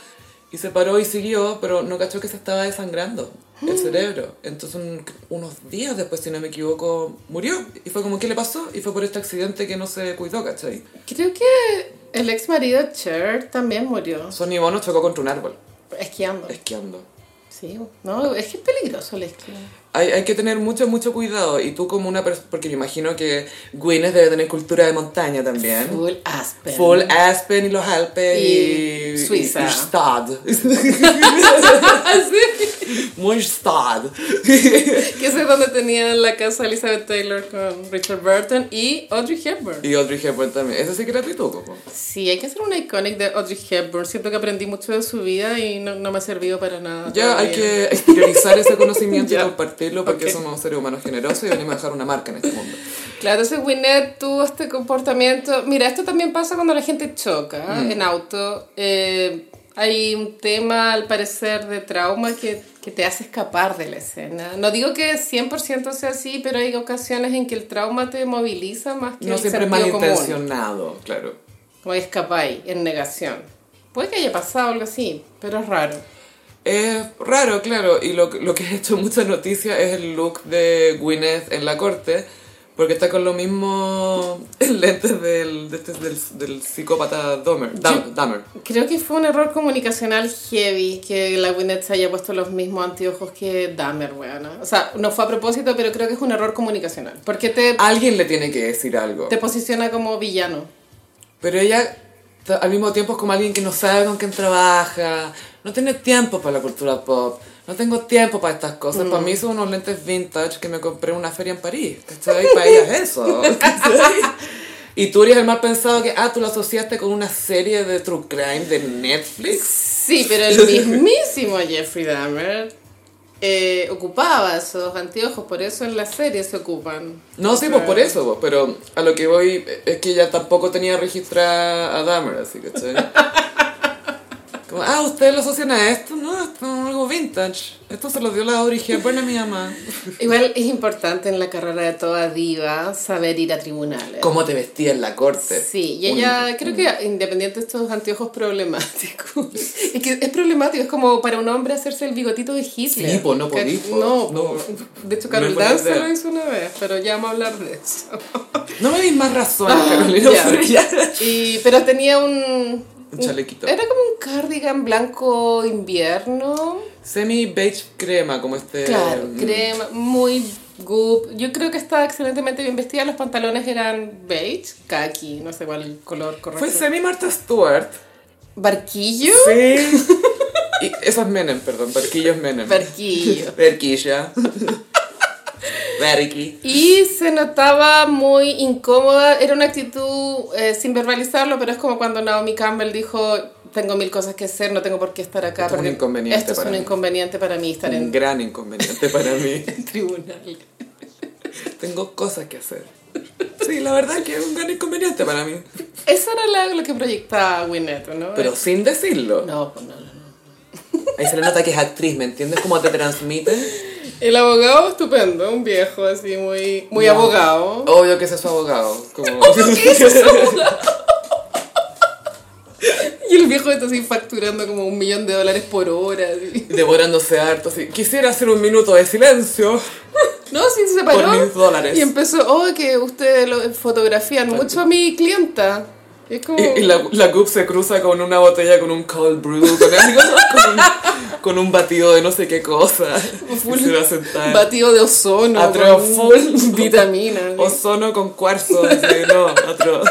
y se paró y siguió, pero no cachó que se estaba desangrando el cerebro. Entonces, un- unos días después, si no me equivoco, murió. Y fue como, ¿qué le pasó? Y fue por este accidente que no se cuidó, ¿cachai?
Creo que el ex marido Cher también murió
Sonny Bono chocó contra un árbol,
esquiando.
esquiando.
Sí, no, es que es peligroso el esquí.
Hay, hay que tener mucho, mucho cuidado. Y tú como una persona, porque me imagino que Gwyneth debe tener cultura de montaña también. Full,
Full Aspen.
Aspen y los Alpes
Y
y,
Suiza.
y Stad. Muy Stad.
que ese es donde tenía la casa Elizabeth Taylor con Richard Burton y Audrey Hepburn.
Y Audrey Hepburn también. Ese sí que era pituco. po.
Sí, hay que hacer una iconic de Audrey Hepburn. Siento que aprendí mucho de su vida y no, no me ha servido para nada.
Ya hay
todavía.
que exteriorizar ese conocimiento y
Ya.
compartirlo porque
Ok.
somos seres humanos generosos y venimos a dejar una marca en este mundo.
Claro, entonces Winnet tuvo este comportamiento. Mira, esto también pasa cuando la gente choca
Mm.
en auto. Eh, hay un tema, al parecer, de trauma que, que te hace escapar de la escena. No digo que 100% sea así, pero hay ocasiones en que el trauma te moviliza más que
No
el
siempre es
sentido común.
malintencionado, claro.
O escapáis en negación. Puede que haya pasado algo así, pero es raro.
Es raro, claro, y lo, lo que ha hecho mucha noticia es el look de Gwyneth en la corte, porque está con los mismos lentes del, de este- del, del psicópata Dahmer. Dam- Dahmer.
Creo que fue un error comunicacional heavy que la Winnet se haya puesto los mismos anteojos que Dahmer, weona. O sea, no fue a propósito, pero creo que es un error comunicacional. Porque te,
Alguien le tiene que decir algo.
te posiciona como villano.
Pero ella ta- al mismo tiempo es como alguien que no sabe con quién trabaja, no tiene tiempo para la cultura pop, no tengo tiempo para estas cosas. Para mí son unos lentes vintage que me compré en una feria en París, ¿cachai? Para ella es eso. ¿cachai? Y tú eres el mal pensado que, ah, tú lo asociaste con una serie de true crime de Netflix.
Sí, pero el mismísimo Jeffrey Dahmer eh, ocupaba esos anteojos, por eso en la serie se ocupan.
No, sí, pues por eso, pues, pero a lo que voy es que ella tampoco tenía registrada a Dahmer, así, ¿cachai? Como, ah, ustedes lo asocian a esto, ¿no? Esto es algo vintage. Esto se lo dio la Audrey Hepburn a mi mamá.
Igual es importante en la carrera de toda diva saber ir a tribunales.
¿Cómo te vestía en la corte?
Sí, y
Un-
ella creo que independiente de estos anteojos problemáticos, es que es problemático, es como para un hombre hacerse el bigotito de Hitler.
Sí, po, no
¿cach-
podí, po.
No,
No.
po. de hecho
No
Carol
es buena
Dance
idea.
lo hizo una vez, pero ya vamos a hablar de eso.
No me dis más razón, Carolina,
Ah, ya.
pero ya.
Y, pero tenía un...
Un chalequito.
Era como un cardigan blanco invierno.
Semi beige crema, como este.
Claro,
mm,
crema, muy goop. Yo creo que estaba excelentemente bien vestida. Los pantalones eran beige, khaki, no sé cuál el color correcto.
Fue semi Martha Stewart.
¿Barquillo?
Sí. y eso es Menem, perdón. Barquillo es Menem.
Barquillo.
Berquilla. Berqui.
Y se notaba muy incómoda, era una actitud eh, sin verbalizarlo, pero es como cuando Naomi Campbell dijo, tengo mil cosas que hacer, no tengo por qué estar acá.
Esto es un
porque
inconveniente
Esto es
para
un
mí". Mm.
inconveniente para mí estar
Un
en,
gran inconveniente para mí.
en tribunal.
Tengo cosas que hacer. Sí, la verdad que es un gran inconveniente para mí.
Eso era la- lo que proyectaba Winnet, ¿no?
Pero sin decirlo.
No, pues no, no, no.
Ahí se le nota que es actriz, ¿me entiendes? Cómo te transmite.
El abogado estupendo, un viejo así, muy, muy
Ya.
abogado.
Obvio que ese es su abogado. Como...
Obvio que es su abogado. Y el el viejo está así facturando como un millón de dólares por hora. así.
Devorándose harto, así. Quisiera hacer un minuto de silencio.
No, sí, se paró.
Por mil dólares.
Y empezó, oh, que ustedes lo fotografían mucho a mi clienta. Y es como...
Y, y la, la Goop se cruza con una botella con un cold brew, con, algo, con, un, con un batido de no sé qué cosa.
Full
Y se va a sentar.
Batido de ozono.
Atro
con
full.
Vitamina.
Ozono con cuarzo, así, no, otro.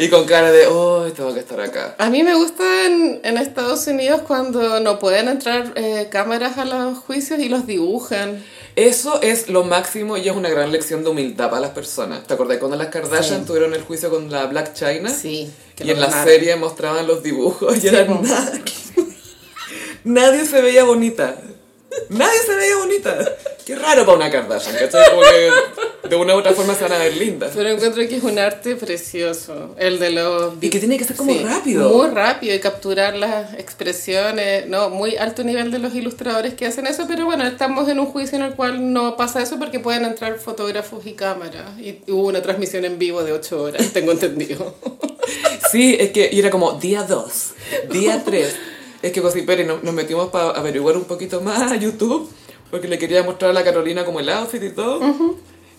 Y con cara de, oh, tengo que estar acá.
A mí me gusta en, en Estados Unidos cuando no pueden entrar eh, cámaras a los juicios y los dibujan.
Eso es lo máximo y es una gran lección de humildad para las personas. ¿Te acordás cuando las Kardashian
Sí.
tuvieron el juicio con la Black China?
Sí, que
Y
lo
en la
ganaron.
serie mostraban los dibujos y
Sí,
eran
po.
nada. Nadie se veía bonita. Nadie se veía bonita. Qué raro para una Kardashian, ¿cachai? Como que de una u otra forma se van a ver lindas.
Pero encuentro que es un arte precioso, el de los...
Y que tiene que ser como
Sí,
rápido.
Muy rápido y capturar las expresiones, no, muy alto nivel de los ilustradores que hacen eso, pero bueno, estamos en un juicio en el cual no pasa eso porque pueden entrar fotógrafos y cámaras. Y hubo una transmisión en vivo de 8 horas, tengo entendido.
Sí, es que y era como día 2, día 3. Es que Cosí Pérez nos, nos metimos para averiguar un poquito más a YouTube, porque le quería mostrar a la Carolina como el outfit y todo.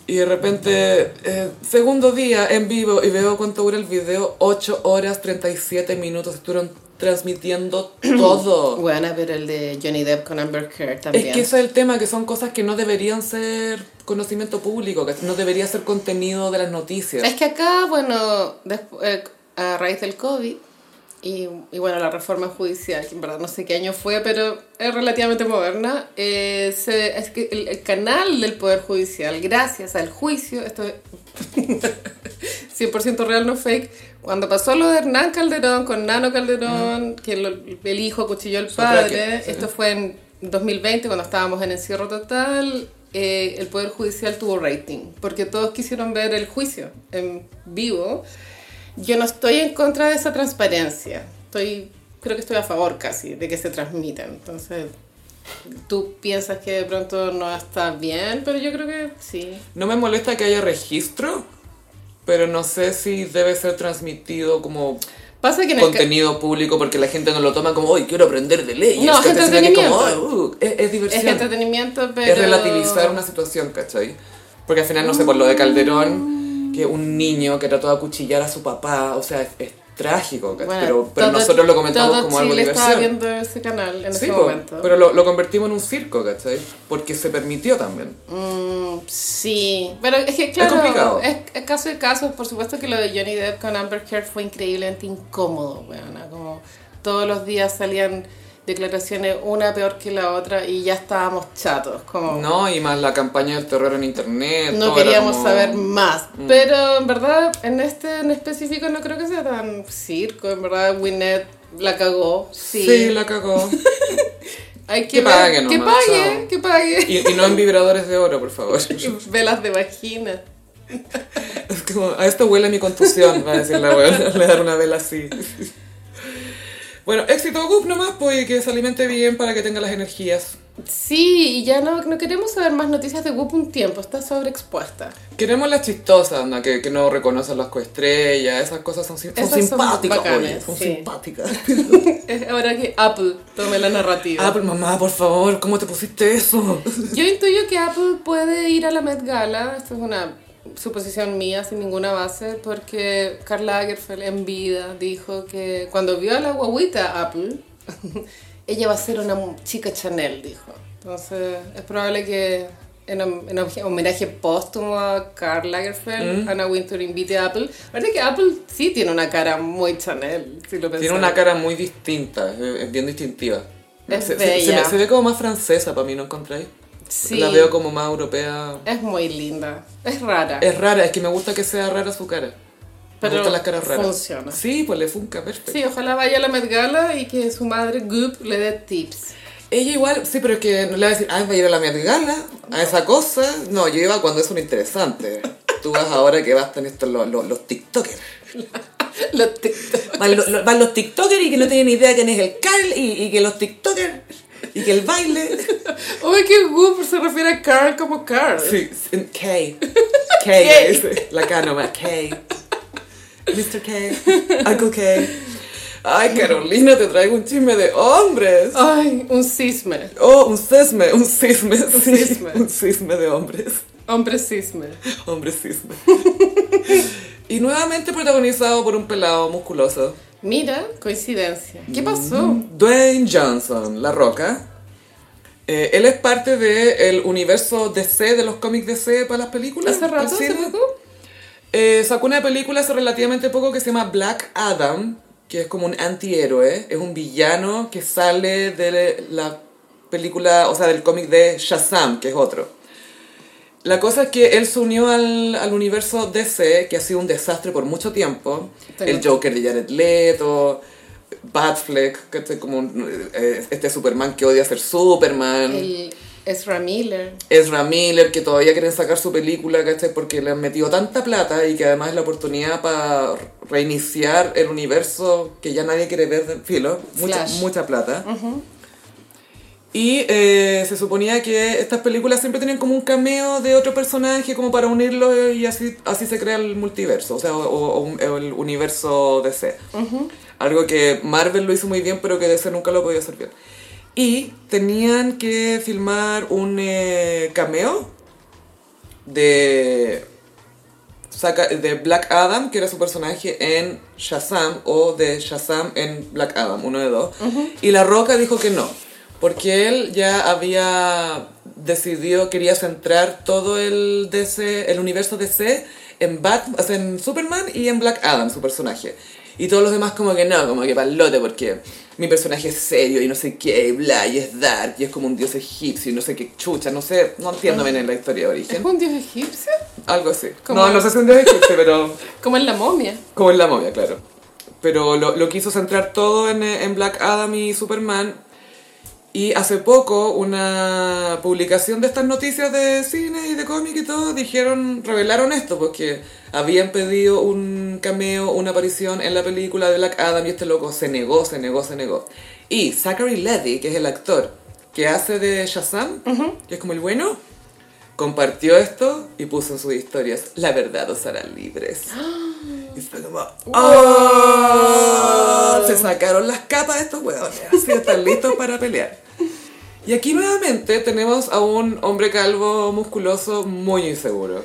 Y de repente, eh, segundo día en vivo, y veo cuánto dura el video, 8 horas 37 minutos, estuvieron transmitiendo todo.
Bueno, pero el de Johnny Depp con Amber Heard también.
Es que ese es el tema, que son cosas que no deberían ser conocimiento público, que no debería ser contenido de las noticias.
Es que acá, bueno, despu- eh, a raíz del COVID y, y bueno, la reforma judicial, que en verdad no sé qué año fue, pero es relativamente moderna, eh, se- es que el, el canal del Poder Judicial, gracias al juicio, esto es 100% real, no fake, cuando pasó lo de Hernán Calderón con Nano Calderón, que lo- el hijo cuchilló al
Otra
padre,
que- sí.
esto fue en 2020 cuando estábamos en encierro total, eh, el Poder Judicial tuvo rating, porque todos quisieron ver el juicio en vivo. Yo no estoy en contra de esa transparencia, estoy, creo que estoy a favor casi de que se transmita, entonces... Tú piensas que de pronto no está bien, pero yo creo que sí.
No me molesta que haya registro, pero no sé si debe ser transmitido como
Pasa que en el ca-
contenido público porque la gente no lo toma como, hoy quiero aprender de leyes.
No, es
¿cachai? Sino que
entretenimiento.
como, "Oh, uh, es, es
Es
diversión.
que entretenimiento, pero...
Es relativizar una situación, ¿cachai? Porque al final, no sé, por lo de Calderón, que un niño que trató de acuchillar a su papá, o sea, es, es trágico, ¿cachai?
Bueno,
pero pero
todo-
nosotros lo comentamos
todo
como algo de
Chile
diversión.
estaba viendo ese canal en
Sí,
ese
po,
momento.
pero lo, lo convertimos en un circo, ¿cachai? Porque se permitió también.
Mm, sí, pero es que claro,
complicado.
Es, es caso de casos. Por supuesto que lo de Johnny Depp con Amber Heard fue increíblemente incómodo, weona. Como todos los días salían declaraciones una peor que la otra y ya estábamos chatos. Como,
No, y más la campaña del terror en internet.
No
todo era
queríamos
como- Mm.
saber más. Pero en verdad, en este en específico no creo que sea tan circo. En verdad, Winnet la cagó. Sí.
Sí, la cagó.
Hay que,
Que
ver-
pague
Que
nomás,
pague,
chao.
que pague.
Y, y no en vibradores de oro, por favor.
Velas de vagina.
Es como, a esto huele mi contusión, va a decir la abuela. Le dar una vela así. Bueno, éxito Goop nomás, pues, y que se alimente bien para que tenga las energías.
Sí, y ya no, no queremos saber más noticias de Whoop un tiempo. Está sobreexpuesta.
Queremos las chistosas, ¿no? Que, que no reconocen las coestrellas, esas cosas son, sim- son
Esas son
simpáticas,
bacanes,
oye, son
sí.
simpáticas.
Es ahora que Apple tome la narrativa.
Ah, pero mamá, por favor, ¿cómo te pusiste eso?
Yo intuyo que Apple puede ir a la Met Gala, esto es una suposición mía sin ninguna base, porque Karl Lagerfeld en vida dijo que cuando vio a la guaguita Apple, ella va a ser una mu- chica Chanel, dijo. Entonces es probable que en, hom- en hom- homenaje póstumo a Karl Lagerfeld,
Mm.
Anna Wintour invite a Apple. La verdad es que Apple sí tiene una cara muy Chanel, si lo
Tiene
pensamos.
una cara muy distinta, eh, es bien distintiva.
Es
se, se- se
bella.
me- se ve como más francesa para mí, ¿no encontráis?
Sí.
La veo como más europea.
Es muy linda, es rara.
Es rara, es que me gusta que sea rara su cara.
Pero
me gustan las caras raras.
funciona.
Sí, pues le funca, perfecto.
Sí, ojalá vaya a la Met Gala y que su madre Goop le dé tips.
Ella igual, sí, pero es que no le va a decir, ah, va a ir a la Met Gala, a esa cosa. No, yo iba cuando es un interesante. Tú vas ahora que bastan estos los, los, los TikTokers.
Los TikTok.
Van, los- los- van los TikTokers y que no tienen idea quién es el Carl y, y que los TikTokers y que el baile.
Uy, que Goop se refiere a Carl como Carl.
Sí, sí, K. K, le dice, la K nomás, K. Mr. K, Uncle K. Ay, Carolina, te traigo un chisme de hombres.
Ay, un cisme.
Oh, un cisme, un cisme,
Un
sí,
cisme.
Un cisme de hombres.
Hombre cisme.
Hombre cisne. y nuevamente protagonizado por un pelado musculoso.
Mira, coincidencia. ¿Qué
Mm.
pasó?
Dwayne Johnson, La Roca. Eh, él es parte del universo DC, de los cómics DC para las películas.
¿Hace rato?
¿Sí?
¿Hace poco?
Eh, sacó una película hace relativamente poco que se llama Black Adam, que es como un antihéroe, es un villano que sale de la película, o sea, del cómic de Shazam, que es otro. La cosa es que él se unió al, al universo DC, que ha sido un desastre por mucho tiempo.
Tengo-
El Joker de Jared Leto, Batfleck, que este, como un- eh, este Superman que odia ser Superman.
El Ezra Miller.
Ezra Miller, que todavía quieren sacar su película, ¿cachai? Porque le han metido tanta plata y que además es la oportunidad para reiniciar el universo que ya nadie quiere ver de filo. Mucha,
Flash.
mucha plata. Y eh, se suponía que estas películas siempre tenían como un cameo de otro personaje como para unirlo y así, así se crea el multiverso, o sea, o, o un- o el universo DC. Algo que Marvel lo hizo muy bien, pero que DC nunca lo podía hacer bien. Y tenían que filmar un eh, cameo de, saca- de Black Adam, que era su personaje en Shazam, o de Shazam en Black Adam, uno de dos. Y La Roca dijo que no, porque él ya había decidido, quería centrar todo el, DC, el universo DC en, Bat, o sea, en Superman y en Black Adam, su personaje. Y todos los demás como que no, como que palote, porque mi personaje es serio y no sé qué, y bla, y es dark, y es como un dios egipcio, y no sé qué chucha, no sé, no entiendo bien en la historia de
¿Es
origen.
un dios egipcio?
Algo así.
Como-
No, no sé si un dios existe, pero
Como en la momia.
como en la momia, claro. Pero lo, lo quiso centrar todo en, eh, en Black Adam y Superman. Y hace poco, una publicación de estas noticias de cine y de cómic y todo, dijeron, revelaron esto, porque habían pedido un cameo, una aparición en la película de Black Adam y este loco se negó, se negó, se negó. Y Zachary Levy, que es el actor que hace de Shazam, que es como el bueno, compartió esto y puso en sus historias, la verdad os hará libres. Y fue como, ¡Oh! Se sacaron las capas de estos huevones. Así están listos para pelear. Y aquí nuevamente tenemos a un hombre calvo, musculoso, muy inseguro.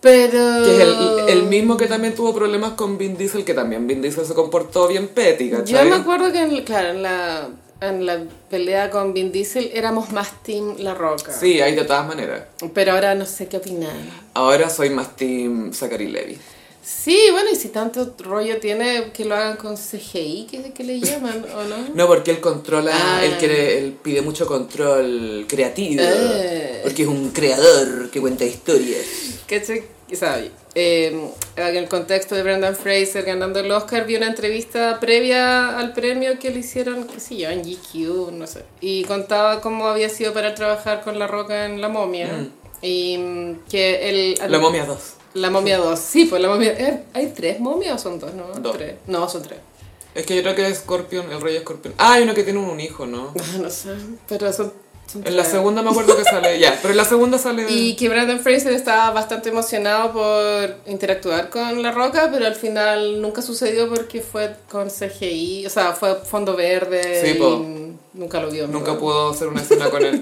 Pero...
Que es el,
Oh.
el mismo que también tuvo problemas con Vin Diesel, que también Vin Diesel se comportó bien petty,
Yo
¿cachai?
me acuerdo que, en, claro, en la, en la pelea con Vin Diesel éramos más Team La Roca.
Sí, hay de todas maneras.
Pero ahora no sé qué opinar.
Ahora soy más team Zachary Levy.
Sí, bueno, y si tanto rollo tiene que lo hagan con CGI, que es que le llaman, ¿o no?
No, porque él controla,
Ah.
él, quiere, él pide mucho control creativo.
Eh.
Porque es un creador que cuenta historias.
¿Cachai? O sea, eh, en el contexto de Brendan Fraser ganando el Oscar, vi una entrevista previa al premio que le hicieron, qué sé yo, en GQ, no sé. Y contaba cómo había sido para trabajar con La Roca en La Momia. Y mm, que él...
La momia 2.
La momia 2, sí, pues la momia. eh, ¿Hay tres momias o son dos? No,
Dos.
tres. No, son tres.
Es que yo creo que es Scorpion, el rey Scorpion. Ah, hay uno que tiene un hijo, ¿no?
No, no sé, pero son, son
En la
tres.
segunda me acuerdo que sale, ya, pero en la segunda sale...
Y que Brandon Fraser estaba bastante emocionado por interactuar con La Roca, pero al final nunca sucedió porque fue con CGI, o sea, fue fondo verde
Sí,
y
po.
nunca lo vio.
Nunca
¿no?
pudo hacer una escena con él.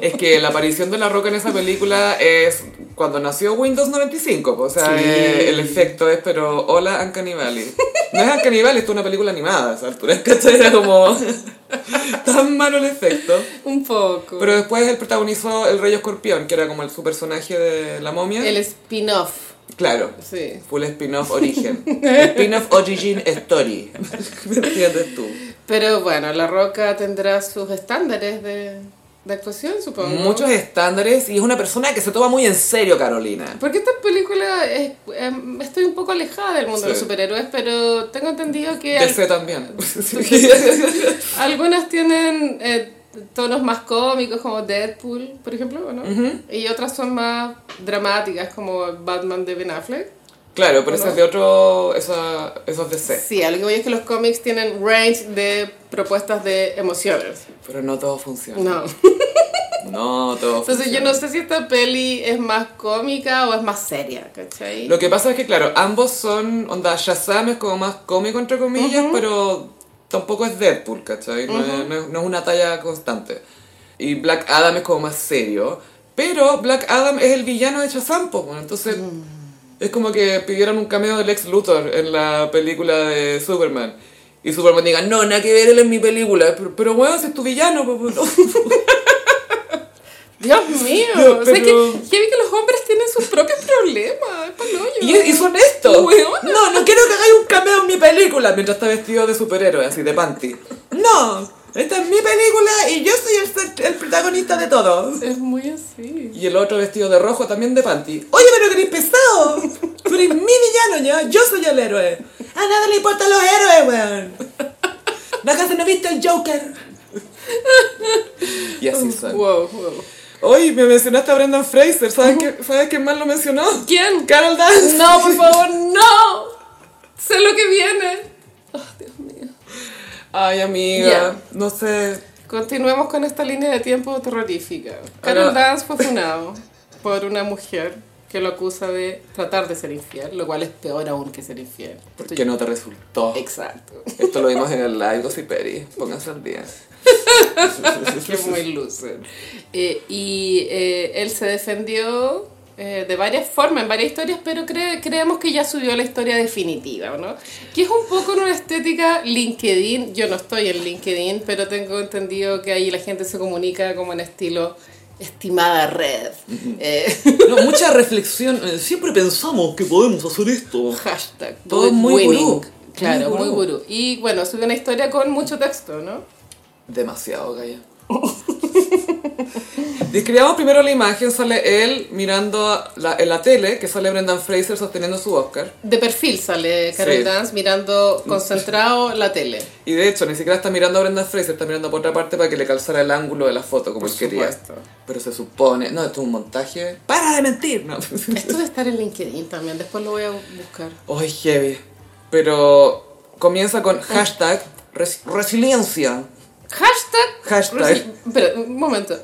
Es que la aparición de La Roca en esa película es cuando nació Windows 95. O sea,
Sí.
eh, el efecto es, pero hola Uncanny Valley. No es Uncanny Valley, esto es una película animada a esa altura. ¿Cachai? Era como tan malo el efecto.
Un poco.
Pero después él protagonizó El Rey Escorpión, que era como el, su personaje de la momia.
El spin-off,
Claro.
sí.
Full spin-off origen. spin-off origin story. ¿Me entiendes tú?
Pero bueno, La Roca tendrá sus estándares de, de actuación, supongo.
Muchos estándares y es una persona que se toma muy en serio, Carolina.
Porque esta película es, em, estoy un poco alejada del mundo de los
Sí.
superhéroes, pero tengo entendido que al-
DC también.
algunas tienen eh, tonos más cómicos, como Deadpool, por ejemplo, ¿o ¿no? Y otras son más dramáticas, como Batman de Ben Affleck.
claro, pero eso es de otro. Esa, eso es DC.
Sí, a lo que voy es que los cómics tienen range de propuestas de emociones.
Pero no todo funciona.
No.
No, todo
Entonces yo
funciona.
no sé si esta peli es más cómica o es más seria, ¿cachai?
Lo que pasa es que, claro, ambos son. Onda, Shazam es como más cómico, entre comillas, pero tampoco es Deadpool, ¿cachai? No, es, no es- no es una talla constante. Y Black Adam es como más serio. Pero Black Adam es el villano de Shazam, po, bueno, entonces es como que pidieran un cameo del ex Luthor en la película de Superman. Y Superman diga, no, nada que ver, él en mi película. Pero, pero bueno, si es tu villano, po, po, no.
Dios mío,
Pero-
o sea, que,
pero-
que vi que los hombres tienen sus propios problemas, es palollo.
Y, y son estos.
Weona.
No, no quiero que hagáis un cameo en mi película mientras está vestido de superhéroe, así de panty. No, esta es mi película y yo soy el, ser- el protagonista de todo.
Es muy así.
Y el otro vestido de rojo también de panty. Oye, pero que eres pesado. Tú eres mi villano ya, yo soy el héroe. A nada le importan los héroes, weón. ¿No acaso no viste el Joker? Y así son.
Wow, wow.
Oye, me mencionaste a Brendan Fraser. ¿Sabes, qué, ¿sabes quién más lo mencionó?
¿Quién?
Carol Dance.
No, por favor, no. Sé lo que viene. Oh, Dios mío.
Ay, amiga,
Ya.
no sé.
Continuemos con esta línea de tiempo terrorífica. Carol
Ahora-
Dance fue funado por una mujer que lo acusa de tratar de ser infiel, lo cual es peor aún que ser infiel.
¿Por qué no te resultó?
Exacto.
Esto lo vimos en el live Gossip Peri. Pónganse al día.
que muy loser. Eh, y eh, él se defendió eh, de varias formas, en varias historias, pero cre- creemos que ya subió la historia definitiva, ¿o ¿no? Que es un poco en una estética LinkedIn. Yo no estoy en LinkedIn, pero tengo entendido que ahí la gente se comunica como en estilo estimada red. Eh,
No, mucha reflexión. Eh, Siempre pensamos que podemos hacer esto.
hashtag.
Todo
good
muy gurú.
Claro,
Muy
muy
gurú.
gurú. Y bueno, subió una historia con mucho texto, ¿no?
Demasiado, Gaya. Describamos primero la imagen. Sale él mirando la- en la tele, que sale Brendan Fraser sosteniendo su Oscar.
De perfil sale Carol
Sí.
Dance mirando concentrado la tele.
Y de hecho, ni siquiera está mirando a Brendan Fraser, está mirando por otra parte para que le calzara el ángulo de la foto, como
Por
él quería.
supuesto.
Pero se supone... No, esto es un montaje. ¡Para de mentir! No.
Esto de estar en LinkedIn también, después lo voy a buscar.
Hoy heavy. Pero comienza con hashtag res- resiliencia.
Hashtag.
Hashtag.
Pero, un momento.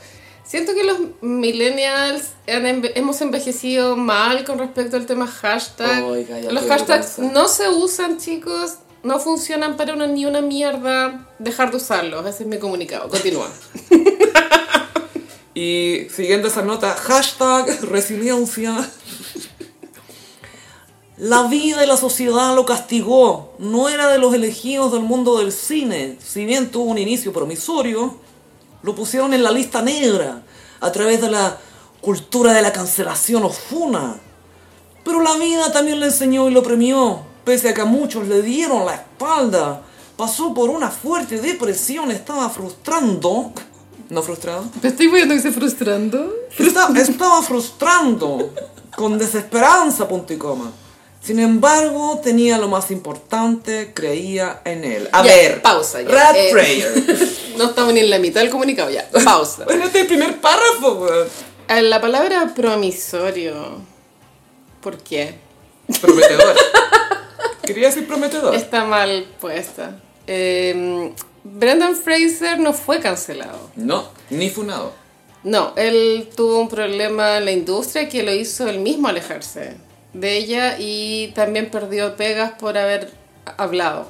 Siento que los millennials han enve- hemos envejecido mal con respecto al tema hashtag.
Oiga, ya
los
qué
hashtags
vergüenza.
no se usan, chicos. No funcionan para una, ni una mierda. Dejar de usarlos. Ese es mi comunicado. Continúa.
Y siguiendo esa nota, hashtag resiliencia.
La vida y la sociedad lo castigó. No era de los elegidos del mundo del cine. Si bien tuvo un inicio promisorio, lo pusieron en la lista negra a través de la cultura de la cancelación o funa. Pero la vida también le enseñó y lo premió. Pese a que a muchos le dieron la espalda, pasó por una fuerte depresión, estaba frustrando.
¿No frustrado?
Te estoy viendo que se frustrando.
Está- estaba frustrando, con desesperanza, punto y coma.
Sin embargo, tenía lo más importante, creía en él. A
Ya,
ver,
pausa ya.
Rat
Eh.
Prayer.
No estamos ni en la mitad del comunicado ya. Pausa.
Bueno, este es el primer párrafo, weón.
Eh, La palabra promisorio. ¿Por qué?
Prometedor. Quería decir prometedor.
Está mal puesta. Eh, Brendan Fraser no fue cancelado.
No, ni funado.
No, él tuvo un problema en la industria que lo hizo él mismo alejarse de ella y también perdió pegas por haber hablado,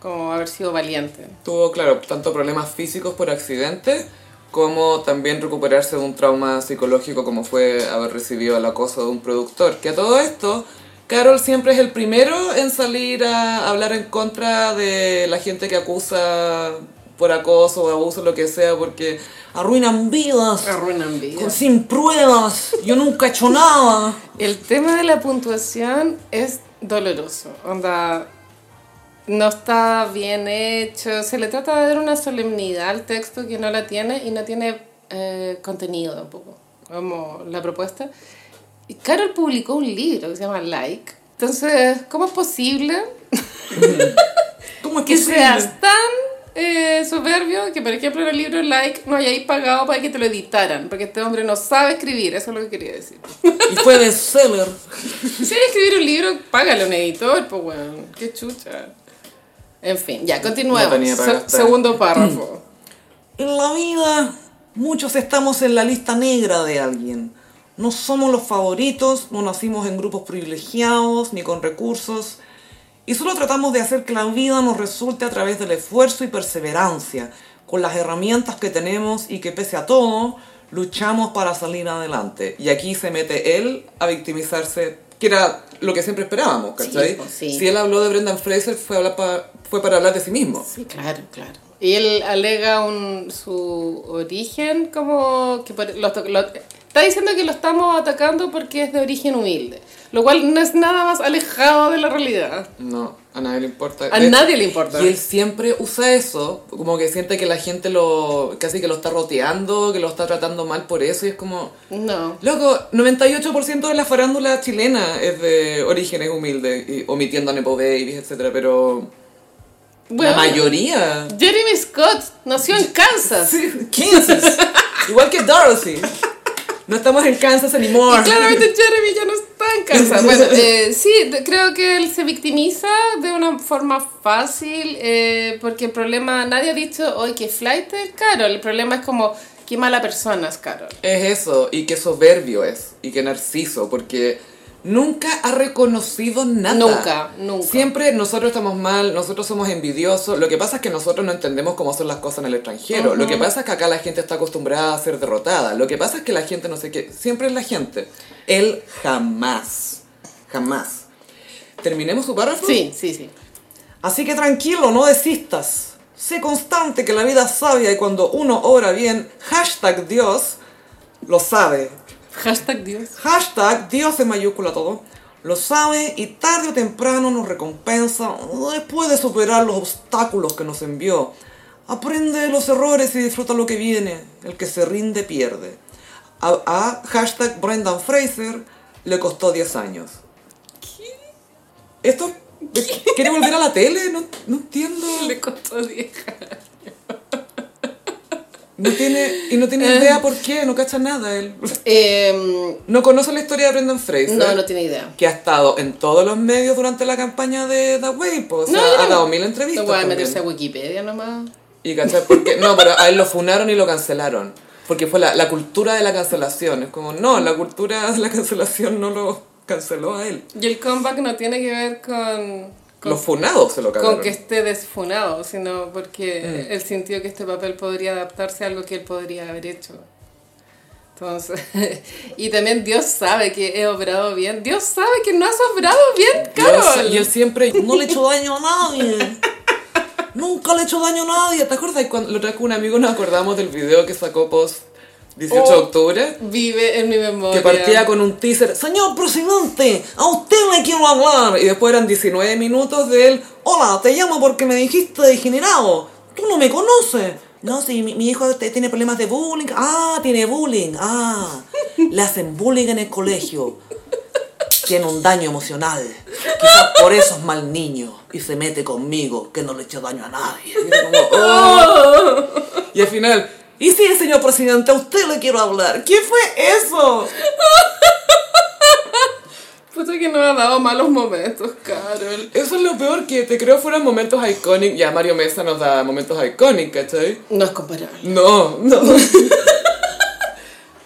como haber sido valiente.
Tuvo, claro, tanto problemas físicos por accidente como también recuperarse de un trauma psicológico como fue haber recibido el acoso de un productor. Que a todo esto, Carol siempre es el primero en salir a hablar en contra de la gente que acusa por acoso o abuso, lo que sea, porque
Arruinan vidas,
Arruinan
con- sin pruebas. Yo nunca he hecho nada.
El tema de la puntuación es doloroso. Onda, no está bien hecho. Se le trata de dar una solemnidad al texto que no la tiene y no tiene eh, contenido tampoco, como la propuesta. Y Carol publicó un libro que se llama Like. Entonces, ¿cómo es posible
¿Cómo es
que
posible?
seas tan eh, soberbio que, por ejemplo, en el libro Like no hayáis pagado para que te lo editaran? Porque este hombre no sabe escribir, eso es lo que quería decir.
Y fue bestseller.
Si quieres escribir un libro, págale a un editor, pues weón. Qué chucha. En fin, ya, continuemos.
No tenía para
Se-
gastar.
segundo párrafo.
En la vida, muchos estamos en la lista negra de alguien. No somos los favoritos, no nacimos en grupos privilegiados ni con recursos. Y solo tratamos de hacer que la vida nos resulte a través del esfuerzo y perseverancia, con las herramientas que tenemos y que pese a todo, luchamos para salir adelante. Y aquí se mete él a victimizarse, que era lo que siempre esperábamos, ¿cachai?
Sí, pues, sí.
Si él habló de Brendan Fraser, fue, a hablar pa- fue para hablar de sí mismo.
Sí, claro, claro. Y él alega un, su origen como que por- lo to- lo- está diciendo que lo estamos atacando porque es de origen humilde, lo cual no es nada más alejado de la realidad.
No, a nadie le importa.
A
De-
nadie le importa.
Eh, Y él siempre usa eso, como que siente que la gente lo casi que lo está roteando, que lo está tratando mal por eso, y es como,
No.
loco, 98% de la farándula chilena es de orígenes humildes, y- omitiendo a Nepo Babies, etc. Pero
Bueno,
la mayoría...
Jeremy Scott nació en Kansas.
Sí, Kansas. Igual que Dorothy. No estamos en Kansas anymore.
Y claramente Jeremy ya no está en casa. Bueno, eh, sí, de- creo que él se victimiza de una forma fácil, eh, porque el problema, nadie ha dicho, hoy que flight es Carol. El problema es como, qué mala persona es Carol.
Es eso, y qué soberbio es, y qué narciso, porque nunca ha reconocido nada.
Nunca, nunca.
Siempre nosotros estamos mal, nosotros somos envidiosos. Lo que pasa es que nosotros no entendemos cómo son las cosas en el extranjero. Lo que pasa es que acá la gente está acostumbrada a ser derrotada. Lo que pasa es que la gente no sé qué. Siempre es la gente. Él jamás, jamás. ¿Terminemos su párrafo?
Sí, sí, sí.
Así que tranquilo, no desistas. Sé constante que la vida es sabia y cuando uno obra bien, hashtag Dios lo sabe.
Hashtag Dios.
Hashtag Dios en mayúscula todo. Lo sabe y tarde o temprano nos recompensa después de superar los obstáculos que nos envió. Aprende de los errores y disfruta lo que viene. El que se rinde pierde. A, a hashtag Brendan Fraser le costó 10 años.
¿Esto? ¿Quiere volver a la tele? No, no entiendo.
Le costó 10.
No tiene, y no tiene
Eh.
idea por qué, no cacha nada él.
Em,
No conoce la historia de Brendan Fraser.
no, no tiene idea.
que ha estado en todos los medios durante la campaña de The Way, pues, o
No,
sea,
yo
ha
no-
dado mil
No
entrevistas.
voy a
también.
meterse a Wikipedia nomás.
Y cachai, porque no, pero a él lo funaron y lo cancelaron. Porque fue la, la cultura de la cancelación. Es como, no, la cultura de la cancelación no lo canceló a él.
Y el comeback no tiene que ver con... con
Los funados se lo cagaron.
con que esté desfunado, sino porque
Mm.
él sintió que este papel podría adaptarse a algo que él podría haber hecho. Entonces, y también Dios sabe que he obrado bien. Dios sabe que no has obrado bien,
Y él-
Carol.
Y él siempre...
No le he hecho daño a nadie. Nunca le he hecho daño a nadie.
¿Te acuerdas cuando lo trajo un amigo nos acordamos del video que sacó post 18 de
Oh.
octubre?
Vive en mi
Que
memoria.
partía con un teaser,
Señor presidente,
a usted le quiero hablar. Y después eran 19 minutos de él,
Hola, te llamo porque me dijiste degenerado. Tú no me conoces. No, sí, mi, mi hijo te- tiene problemas de bullying. Ah, tiene bullying. Ah, le hacen bullying en el colegio. Tiene un daño emocional. Quizás por eso es mal niño. Y se mete conmigo, que no le he hecho daño a nadie. Y era como,
"Oh". y al final,
Y sí, señor presidente, a usted le quiero hablar. ¿Qué fue eso?
Puta que nos ha dado malos momentos, Carol.
Eso es lo peor que te creo fueron momentos icónicos. Ya Mario Mesa nos da momentos icónicos, ¿cachai?
No es comparable.
No, no.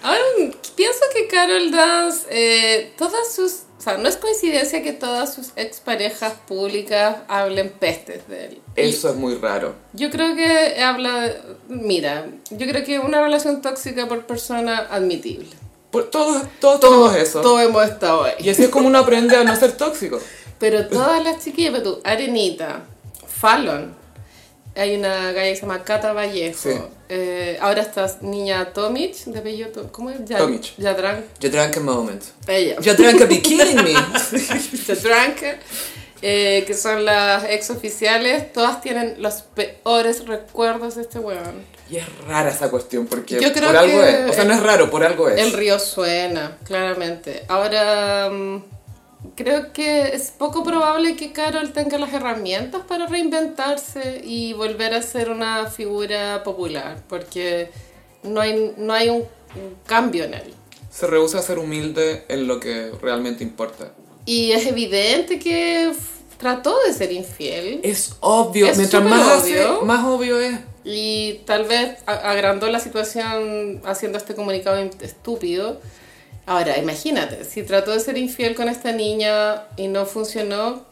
Ahora mm, pienso que Carol Dance, eh, todas sus. O sea, no es coincidencia que todas sus exparejas públicas hablen pestes de él.
Eso es muy raro.
Yo creo que habla, mira, yo creo que una relación tóxica por persona admitible.
Por todos, todos tenemos eso.
Todos hemos estado ahí.
Y así es como uno aprende a no ser tóxico.
Pero todas las chiquillas, pero tú, Arenita, Fallon, hay una galla que se llama Cata Vallejo.
Sí.
eh, ahora estás niña Tomic, de apellido Tom- ¿cómo es? Ya-
Tomic.
Yadran-
You drank a moment.
Ella.
You drank a be kidding me.
Yadranka, eh, que son las ex oficiales, todas tienen los peores recuerdos de este weón.
Y es rara esa cuestión porque
Yo creo
por algo
que-
es. O sea, no es raro, por algo es.
El río suena, claramente. Ahora, mm, creo que es poco probable que Carol tenga las herramientas para reinventarse y volver a ser una figura popular, porque no hay, no hay un, un cambio en él.
Se rehúsa a ser humilde en lo que realmente importa.
Y es evidente que f- trató de ser infiel
Es obvio.
Es
Mientras
súper
más hace,
obvio.
más obvio es.
y tal vez a- agrandó la situación haciendo este comunicado in- estúpido. Ahora, imagínate, si trató de ser infiel con esta niña y no funcionó,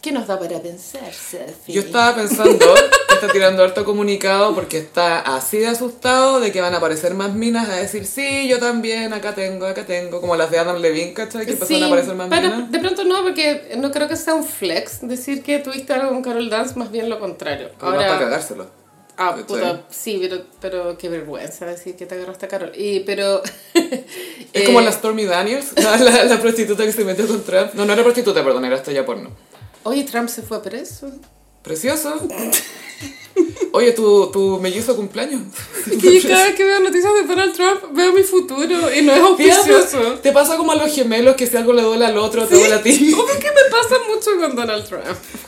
¿Qué nos da para pensar, Sophie?
Yo estaba pensando que está tirando harto comunicado porque está así de asustado de que van a aparecer más minas a decir, sí, yo también, acá tengo, acá tengo, como las de Adam Levine, ¿cachai? Que empezaron
Sí,
a aparecer más
pero
minas.
de pronto no, porque no creo que sea un flex decir que tuviste algo con Carol Dance, más bien lo contrario.
Pero no para cagárselo.
Ah,
¿Cachai?
puta, sí, pero, pero qué vergüenza decir que te agarraste a Carol. Y, pero...
Es
eh,
como la Stormy Daniels, la, la- la prostituta que se metió con Trump. No, no era prostituta, perdón, era estrella porno.
Oye, Trump se fue preso.
Precioso. Oye, tu, tu mellizo cumpleaños.
Y cada vez que veo noticias de Donald Trump, veo mi futuro y no es
Precioso.
auspicioso.
Te pasa como a los gemelos que si algo le duele al otro, te duele a ti.
Obvio que me pasa mucho con Donald Trump.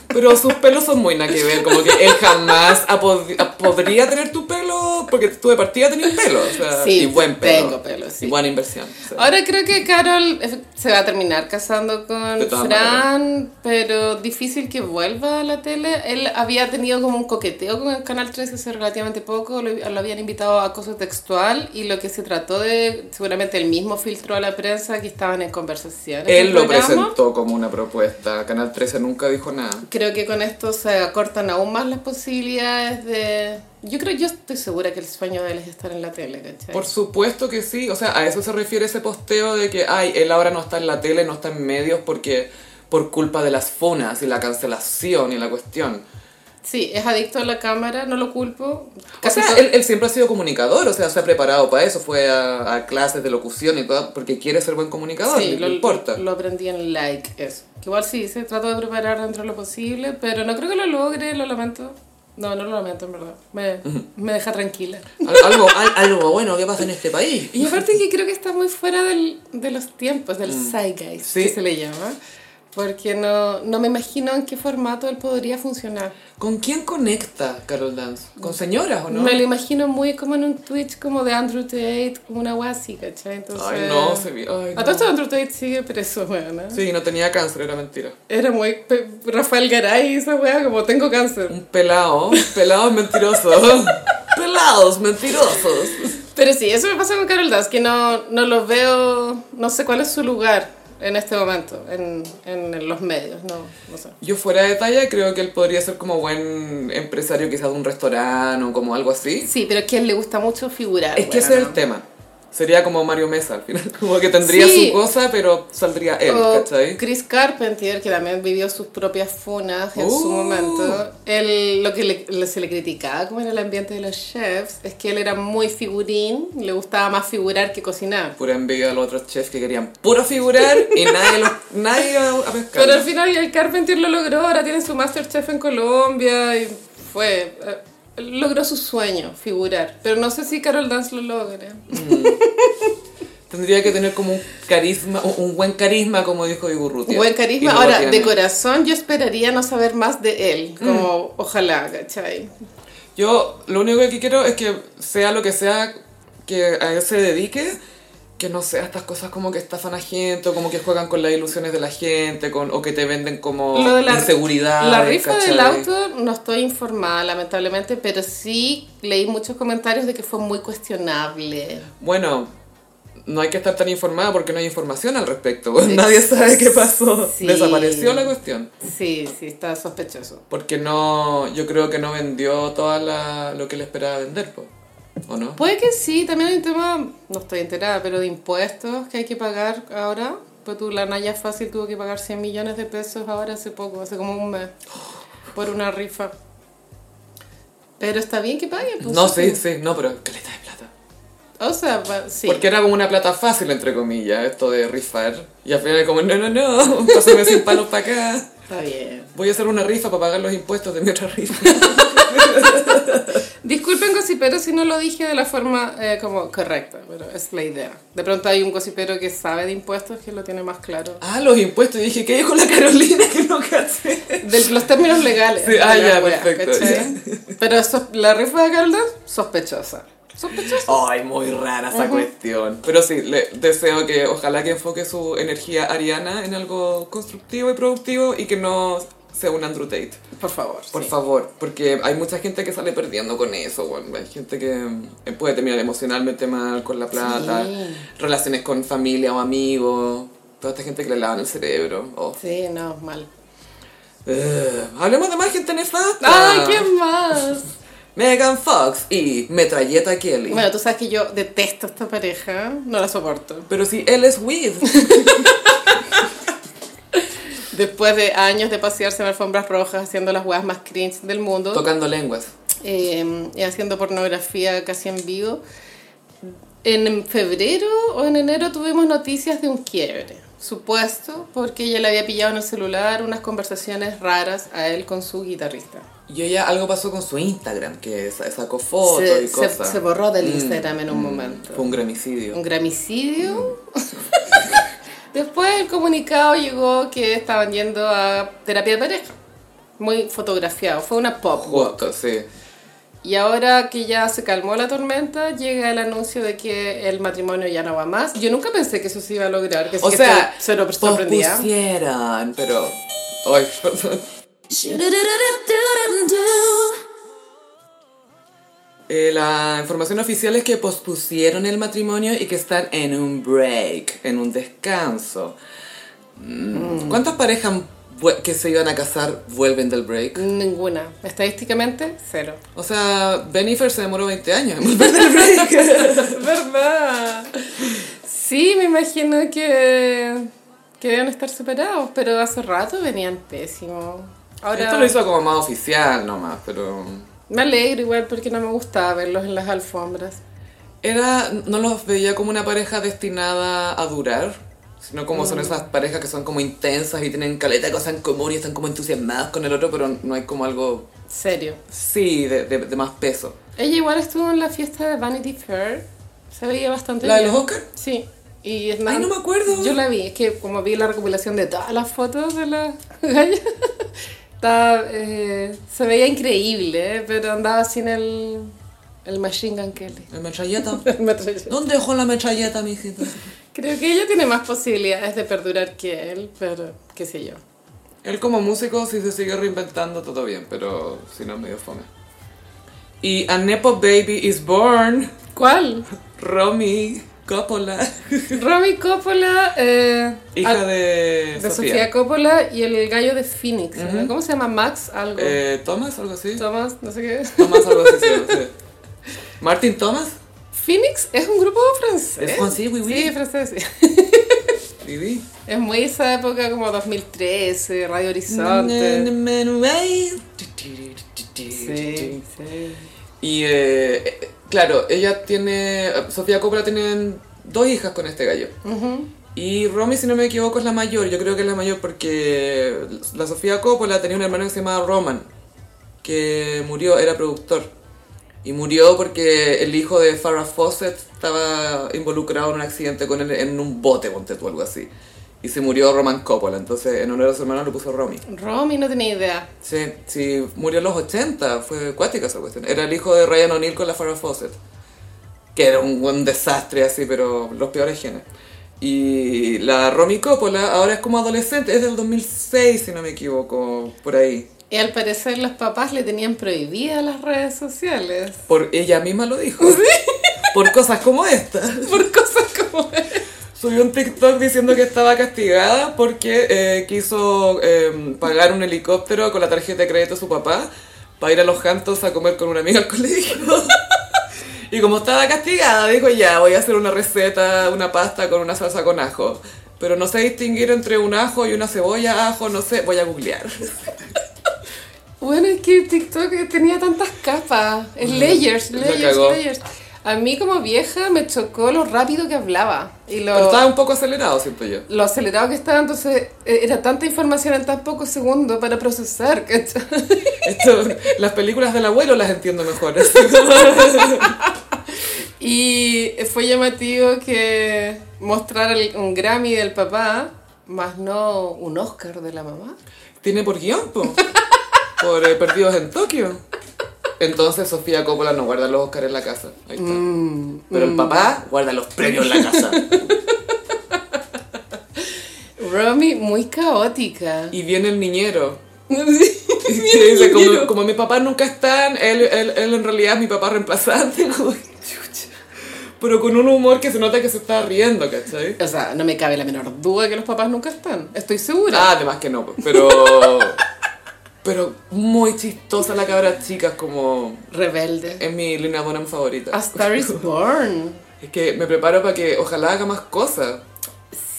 Pero sus pelos son muy nada que ver, como que él jamás ha pod- ha- podría tener tu pelo, porque tú de partida tenías pelo, o sea,
Sí,
y buen pelo.
tengo pelo, sí.
Y buena inversión. sí.
Ahora creo que Carol eh, se va a terminar casando con
De todas
Fran, pero difícil que vuelva a la tele. Él había tenido como un coqueteo con el Canal 13 hace relativamente poco, lo, lo habían invitado a acoso textual y lo que se trató de, seguramente él mismo filtró a la prensa que estaban en conversaciones.
Él
del
lo
programa.
presentó como una propuesta, Canal 13 nunca dijo nada.
Creo que con esto se acortan aún más las posibilidades de... Yo creo, yo estoy segura que el sueño de él es estar en la tele, ¿cachai?
Por supuesto que sí, o sea, a eso se refiere ese posteo de que, ay, él ahora no está en la tele, no está en medios porque por culpa de las funas y la cancelación y la cuestión.
Sí, es adicto a la cámara, no lo culpo.
O sea,
todo-
él, él siempre ha sido comunicador, o sea, se ha preparado para eso, fue a, a clases de locución y todo, porque quiere ser buen comunicador,
Sí,
no importa.
Lo aprendí en like, eso. Que igual sí, se trató de preparar dentro de lo posible, pero no creo que lo logre, lo lamento. No, no lo lamento, en verdad. Me, me deja tranquila.
Al- algo, al- algo bueno que pasa en este país.
Y aparte que creo que está muy fuera del- de los tiempos, del zeitgeist,
Mm. Sí.
que se le llama. Porque no, no me imagino en qué formato él podría funcionar.
¿Con quién conecta Carol Dance? ¿Con señoras o no?
Me lo imagino muy como en un Twitch como de Andrew Tate, como una guasi, ¿cachai? Entonces,
Ay, no, se vi- ay,
A todo
no.
esto Andrew Tate sigue preso, weón.
Sí, no tenía cáncer, era mentira.
Era muy pe- Rafael Garay esa weá, como tengo cáncer.
Un pelado, un pelado es mentiroso.
Pelados, mentirosos.
Pero sí, eso me pasa con Carol Daz, que no, no los veo, no sé cuál es su lugar en este momento, en, en los medios, no, no sé.
Yo fuera de talla creo que él podría ser como buen empresario quizás de un restaurante o como algo así.
Sí, pero es que a él le gusta mucho figurar.
Es que
weona.
ese es el tema. Sería como Mario Mesa al final, como que tendría
Sí. Oh.
su cosa, pero saldría él,
O
¿cachai?
Chris Carpenter, que también vivió sus propias funas en
Uh.
su momento. Él, lo que le- le- se le criticaba como en el ambiente de los chefs es que él era muy figurín, le gustaba más figurar que cocinar.
Pura envidia a los otros chefs que querían puro figurar y nadie, los, nadie iba a pescar.
Pero al final el Carpenter lo logró, ahora tiene su Masterchef en Colombia y fue... eh, Logró su sueño, figurar. Pero no sé si Carol Dance lo logra.
Tendría que tener como un carisma, un un buen carisma, como dijo Igurrutia.
Buen
Y
carisma.
no lo
Ahora,
tiene. Mm.
de corazón, yo esperaría no saber más de él. Como, ojalá, ¿cachai?
Yo lo único que quiero es que sea lo que sea que a él se dedique, que no sea estas cosas como que estafan a gente, o como que juegan con las ilusiones de la gente, con, o que te venden como
Lo de la-
inseguridad.
La rifa
¿cachai?
del auto no estoy informada, lamentablemente, pero sí leí muchos comentarios de que fue muy cuestionable.
Bueno, no hay que estar tan informada porque no hay información al respecto. Nadie sabe qué pasó.
Sí.
Desapareció la cuestión.
Sí, sí, está sospechoso.
Porque no, yo creo que no vendió toda la, lo que él esperaba vender, po. ¿o no?
Puede que sí, también hay un tema, no estoy enterada, pero de impuestos que hay que pagar ahora. Pues tú, la Naya Fácil tuvo que pagar 100 millones de pesos ahora hace poco, hace como un mes, por una rifa. Pero está bien que paguen. pues,
No, sí, sí, no, pero caleta de plata.
O sea, va- sí.
Porque era como una plata fácil, entre comillas, esto de rifar. Y al final como, no, no, no, pásame 100 palos para acá.
Está bien.
Voy a hacer una rifa para pagar los impuestos de mi otra rifa.
Disculpen, gossipero, si no lo dije de la forma eh, como correcta, pero es la idea. De pronto hay un gossipero que sabe de impuestos que lo tiene más claro.
Ah, los impuestos. Y dije, ¿qué dijo la Carolina que no caché?
De los términos legales.
Sí, ah,
de la
ya, perfecto,
¿cachai? Pero eso- la rifa de Caldas, sospechosa. Sospechosa.
Ay, muy rara esa cuestión. Pero sí, le deseo que ojalá que enfoque su energía ariana en algo constructivo y productivo y que no sea un Andrew Tate.
Por favor.
Por
sí.
favor, porque hay mucha gente que sale perdiendo con eso, bueno, hay gente que mm, puede terminar emocionalmente mal con la plata,
Sí.
relaciones con familia o amigos, toda esta gente que le lavan el cerebro. oh.
Sí, no, mal.
Eh, hablemos de más gente nefasta.
¡Ay, quién más!
Megan Fox y Metralleta Kelly.
Bueno, tú sabes que yo detesto esta pareja, no la soporto.
Pero si él es Weed.
Después de años de pasearse en alfombras rojas, haciendo las huevas más cringe del mundo.
Tocando lenguas.
eh, y haciendo pornografía casi en vivo. En febrero o en enero tuvimos noticias de un quiebre, supuesto, porque ella le había pillado en el celular unas conversaciones raras a él con su guitarrista.
Y ella algo pasó con su Instagram, que sa- sacó fotos
se,
y
se-
cosas.
se borró del
Mm,
Instagram en un momento.
Fue un gramicidio.
Un gramicidio. Después el comunicado llegó que estaban yendo a terapia de pareja. Muy fotografiado, fue una pop.
Justo, sí.
Y ahora que ya se calmó la tormenta, llega el anuncio de que el matrimonio ya no va más. Yo nunca pensé que eso se iba a lograr, que,
O
que
sea,
estoy cero sorprendida.
pospusieran, pero... Ay, perdón. Eh, la información oficial es que pospusieron el matrimonio y que están en un break, en un descanso. Mm, ¿Cuántas parejas vue- que se iban a casar vuelven del
Mm.
break?
Ninguna. Estadísticamente, cero.
O sea, Benifer se demoró 20 años en volver del break.
Es verdad. Sí, me imagino que, que deben estar superados, pero hace rato venían pésimos. Ahora
Esto lo hizo como más oficial nomás, pero...
me alegro igual porque no me gustaba verlos en las alfombras.
Era, no los veía como una pareja destinada a durar, sino como son esas parejas que son como intensas y tienen caleta de cosas en común y están como entusiasmadas con el otro, pero no hay como algo,
Serio.
sí, de, de- de más peso.
Ella igual estuvo en la fiesta de Vanity Fair. Se veía bastante
¿La de
bien.
los Oscar?
Sí. Y es más,
Ay, no me acuerdo.
Yo la vi, es que como vi la recopilación de todas las fotos de la galla, estaba, eh, se veía increíble, eh, pero andaba sin el, el Machine Gun Kelly.
La metralleta.
El metralleta.
¿Dónde dejó la metralleta, mijita?
Creo que ella tiene más posibilidades de perdurar que él, pero qué sé yo.
Él como músico, si se sigue reinventando, todo bien, pero si no, medio fome. Y A Nepo Baby is Born,
¿Cuál?
Romy Coppola,
Robbie Coppola, eh,
hija
al-
Ah, de,
de
Sofía.
Sofía Coppola y el gallo de Phoenix. ¿no?
Ujú.
¿Cómo se llama? Max algo.
Eh, Thomas, algo así.
Thomas, no sé qué.
Thomas algo así, sí, sí. Martin Thomas.
Phoenix es un grupo francés.
Es francés, oui, oui.
Sí, francés. ¿Eh? sí.
Viví.
Es muy esa época como 2013, Radio Horizonte. Sí, sí.
Y eh, eh, claro, ella tiene. Sofía Coppola tienen dos hijas con este gallo.
Ujú.
Y Romy, si no me equivoco, es la mayor. Yo creo que es la mayor porque la Sofía Coppola tenía un hermano que se llamaba Roman, que murió, era productor. Y murió porque el hijo de Farrah Fawcett estaba involucrado en un accidente con él en un bote, ponte tú, algo así. Y se murió Roman Coppola, entonces en honor a su hermano le puso Romy.
Romy no tenía idea.
Sí, sí, murió en los 80, fue acuática esa cuestión. Era el hijo de Ryan O'Neill con la Farrah Fawcett, que era un, un desastre así, pero los peores genes. Y la Romy Coppola ahora es como adolescente, es del 2006 si no me equivoco, por ahí.
Y al parecer los papás le tenían prohibidas las redes sociales.
Por ella misma lo dijo. Por cosas como esta.
Por cosas como esta.
Subió un TikTok diciendo que estaba castigada porque eh, quiso eh, pagar un helicóptero con la tarjeta de crédito de su papá para ir a los Hamptons a comer con una amiga al colegio. y como estaba castigada, dijo ya, voy a hacer una receta, una pasta con una salsa con ajo. Pero no sé distinguir entre un ajo y una cebolla, ajo, no sé, voy a googlear.
Bueno, es que TikTok tenía tantas capas. Es layers,
Mm. la
layers,
cagó.
layers. A mí como vieja me chocó lo rápido que hablaba. Y lo...
Pero estaba un poco acelerado, siento yo.
lo acelerado que estaba, entonces eh, era tanta información en tan pocos segundos para procesar, ¿cachai?
Esto, las películas del abuelo las entiendo mejor. así.
Y fue llamativo que mostrar el- un Grammy del papá, más no un Oscar de la mamá.
Tiene por guión, po. Por eh, Perdidos en Tokio. Entonces Sofía Coppola no guarda los Oscars en la casa. Ahí está.
Mm,
Pero el papá guarda los premios en la casa.
Romy, muy caótica.
Y viene el niñero.
Sí.
Y que dice, como, como mi papá nunca está, él, él, él en realidad es mi papá reemplazante. como que chucha. Pero con un humor que se nota que se está riendo, ¿cachai?
o sea, no me cabe la menor duda que los papás nunca están, estoy segura.
Ah, además que no, po. pero... pero muy chistosa la cabra chica, es como...
Rebelde.
Es mi Lina Bonham favorita.
A Star is Born.
Es que me preparo para que ojalá haga más cosas.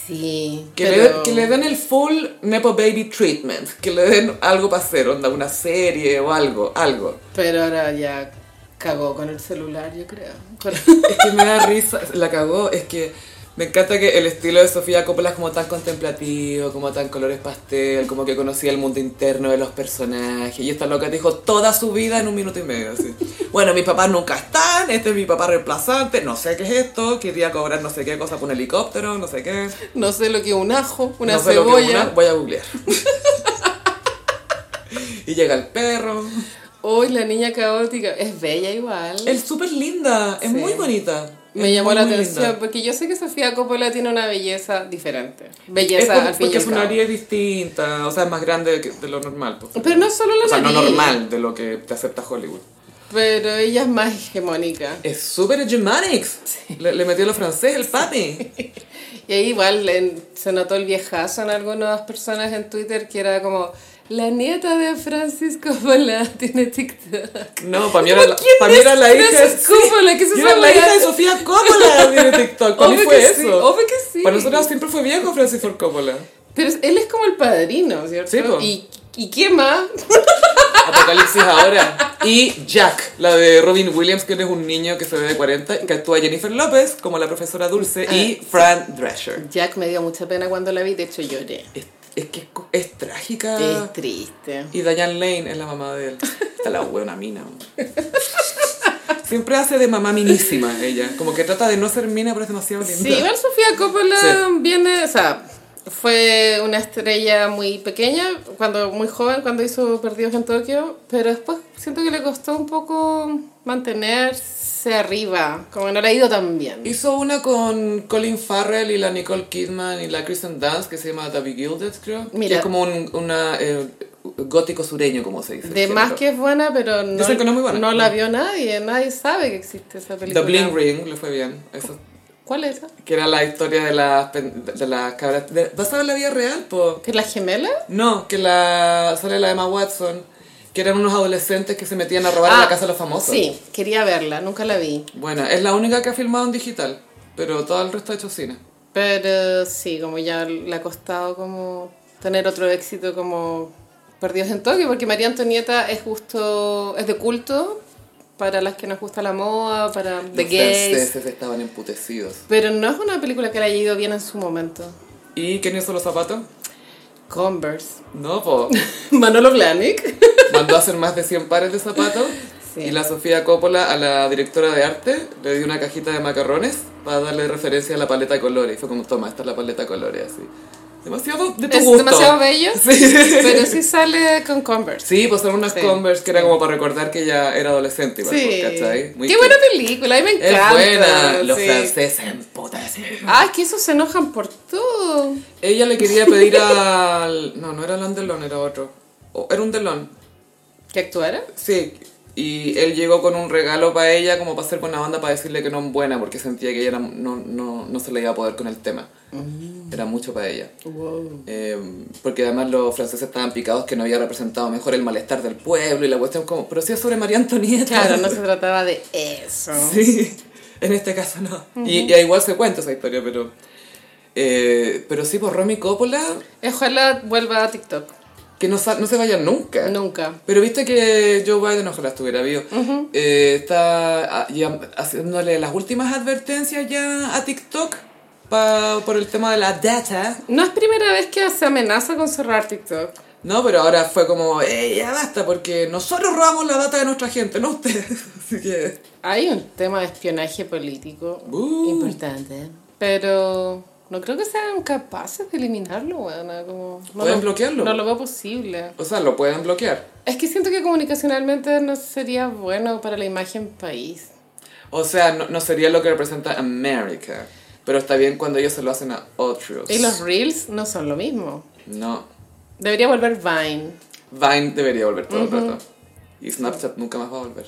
Sí.
Que,
pero-
le, que le den el full Nepo Baby treatment. Que le den algo para hacer, onda, una serie o algo, algo.
Pero ahora ya cagó con el celular, yo creo. Con-
Es que me da risa, la cagó, es que me encanta que el estilo de Sofía Coppola es como tan contemplativo, como tan colores pastel, como que conocía el mundo interno de los personajes. Y esta loca dijo toda su vida en un minuto y medio. así. Bueno, mis papás nunca están, este es mi papá reemplazante, no sé qué es esto, quería cobrar no sé qué cosa por un helicóptero, no sé qué.
No sé lo que es un ajo, una
No sé lo que
cebolla.
una- voy a googlear. y llega el perro.
Uy, la niña caótica. Es bella igual.
Es súper linda, es
Sí.
muy bonita.
Me
es
llamó
muy,
la
muy
atención pues,
linda.
porque yo sé que Sofía Coppola tiene una belleza diferente.
Es
Belleza
por-
al fin y
porque
al
su
cabo.
nariz es distinta, o sea, es más grande que- de lo normal. pues.
Pero no solo la
o sea, no
nariz.
normal de lo que te acepta Hollywood.
Pero ella es más hegemónica.
Es súper hegemonics. Le, le metió lo francés el papi.
Y ahí igual en- se notó el viejazo en algunas personas en Twitter que era como la nieta de Francis Coppola tiene TikTok.
No, para mí era la,
¿Quién
pa' mí era
es
la hija.
Francis Coppola? ¿Qué es
Yo
esa
era la
weá?
hija de Sofía Coppola de TikTok. Para mí
Obvio
fue
que
eso.
sí, obvio que sí.
Para nosotros siempre fue viejo Francis Ford Coppola.
Pero es- él es como el padrino, ¿cierto?
Sí, po.
¿Y, ¿Y qué más?
Apocalipsis ahora. Y Jack, la de Robin Williams, que es un niño que se ve de 40, que actúa Jennifer López como la profesora Dulce y
Ah.
Fran Drescher.
Jack me dio mucha pena cuando la vi, de hecho lloré.
Es, es que es, co- es trágica.
Es triste.
Y Diane Lane es la mamá de él. Está la buena mina. weón. Siempre hace de mamá minísima ella. Como que trata de no ser mina, pero es demasiado linda.
Sí, igual Sofía Coppola
Sí.
viene, o sea, fue una estrella muy pequeña, cuando muy joven, cuando hizo Perdidos en Tokio, pero después siento que le costó un poco mantenerse arriba, como que no le ha ido tan bien.
Hizo una con Colin Farrell y la Nicole Kidman y la Kristen Dunst que se llama The Gilded, creo.
Mira.
Que es como un una, eh, gótico sureño, como se dice.
De más que es buena, pero no,
sé que no es muy buena.
no la vio nadie, nadie sabe que existe esa
The
película.
Bling Ring le fue bien. Eso.
¿Cuál es esa?
Que era la historia de las pen- de las cabras. de- ¿Basada en la vida real, po?
¿Que la gemela?
No, que la sale la Emma Watson, que eran unos adolescentes que se metían a robar a la casa de los famosos.
Ah, Sí, quería verla, nunca la vi.
Bueno, es la única que ha filmado en digital, pero todo el resto ha hecho cine.
Pero sí, como ya le ha costado como tener otro éxito como Perdidos en Tokio, porque María Antonieta es justo, es de culto para las que nos gusta la moda, para The
Los
Gays.
franceses estaban emputecidos.
Pero no es una película que le haya ido bien en su momento.
¿Y quién hizo los zapatos?
Converse.
No, po.
Manolo Blahnik.
Mandó a hacer más de 100 pares de zapatos.
Sí.
Y la Sofía Coppola, a la directora de arte, le dio una cajita de macarrones para darle referencia a la paleta de colores. Y fue como, toma, esta es la paleta de colores, así. Demasiado de tu
Es
gusto.
demasiado bello,
Sí.
pero sí sale con Converse.
Sí, pues eran unas
Sí.
Converse que era como para recordar que ella era adolescente, igual,
Sí.
¿cachai? Muy
Qué
cute.
buena película, a mí me
Es
encanta.
buena, los
sí.
franceses emputecen.
Ah, es que esos se enojan por todo.
Ella le quería pedir al... No, no era Landelón, era otro. O- era un Delon,
¿Que actuara?
sí. Y él llegó con un regalo para ella, como para hacer buena onda, para decirle que no es buena, porque sentía que ella era- no, no, no se le iba a poder con el tema. Era mucho para ella. Eh, porque además los franceses estaban picados que no había representado mejor el malestar del pueblo y la cuestión como... Pero sí es sobre María Antonieta.
Claro, no se trataba de eso.
Sí, en este caso no. y, y igual se cuenta esa historia, pero... eh, pero sí, por Romy Coppola,
Ojalá vuelva a TikTok.
que no, sa- no se vaya nunca.
Nunca.
Pero viste que Joe Biden, ojalá estuviera vivo, eh, está ah, ya haciéndole las últimas advertencias ya a TikTok pa- por el tema de la data.
No es primera vez que se amenaza con cerrar TikTok.
No, pero ahora fue como, eh, ya basta, porque nosotros robamos la data de nuestra gente, no ustedes. Así que...
Hay un tema de espionaje político
Uh.
importante, pero no creo que sean capaces de eliminarlo, weona, como no
Pueden
lo-
bloquearlo.
No lo veo posible.
O sea, lo pueden bloquear.
Es que siento que comunicacionalmente no sería bueno para la imagen país.
O sea, no, no sería lo que representa América. Pero está bien cuando ellos se lo hacen a otros.
Y los reels no son lo mismo.
No.
Debería volver Vine.
Vine debería volver todo el rato. Y Snapchat nunca más va a volver.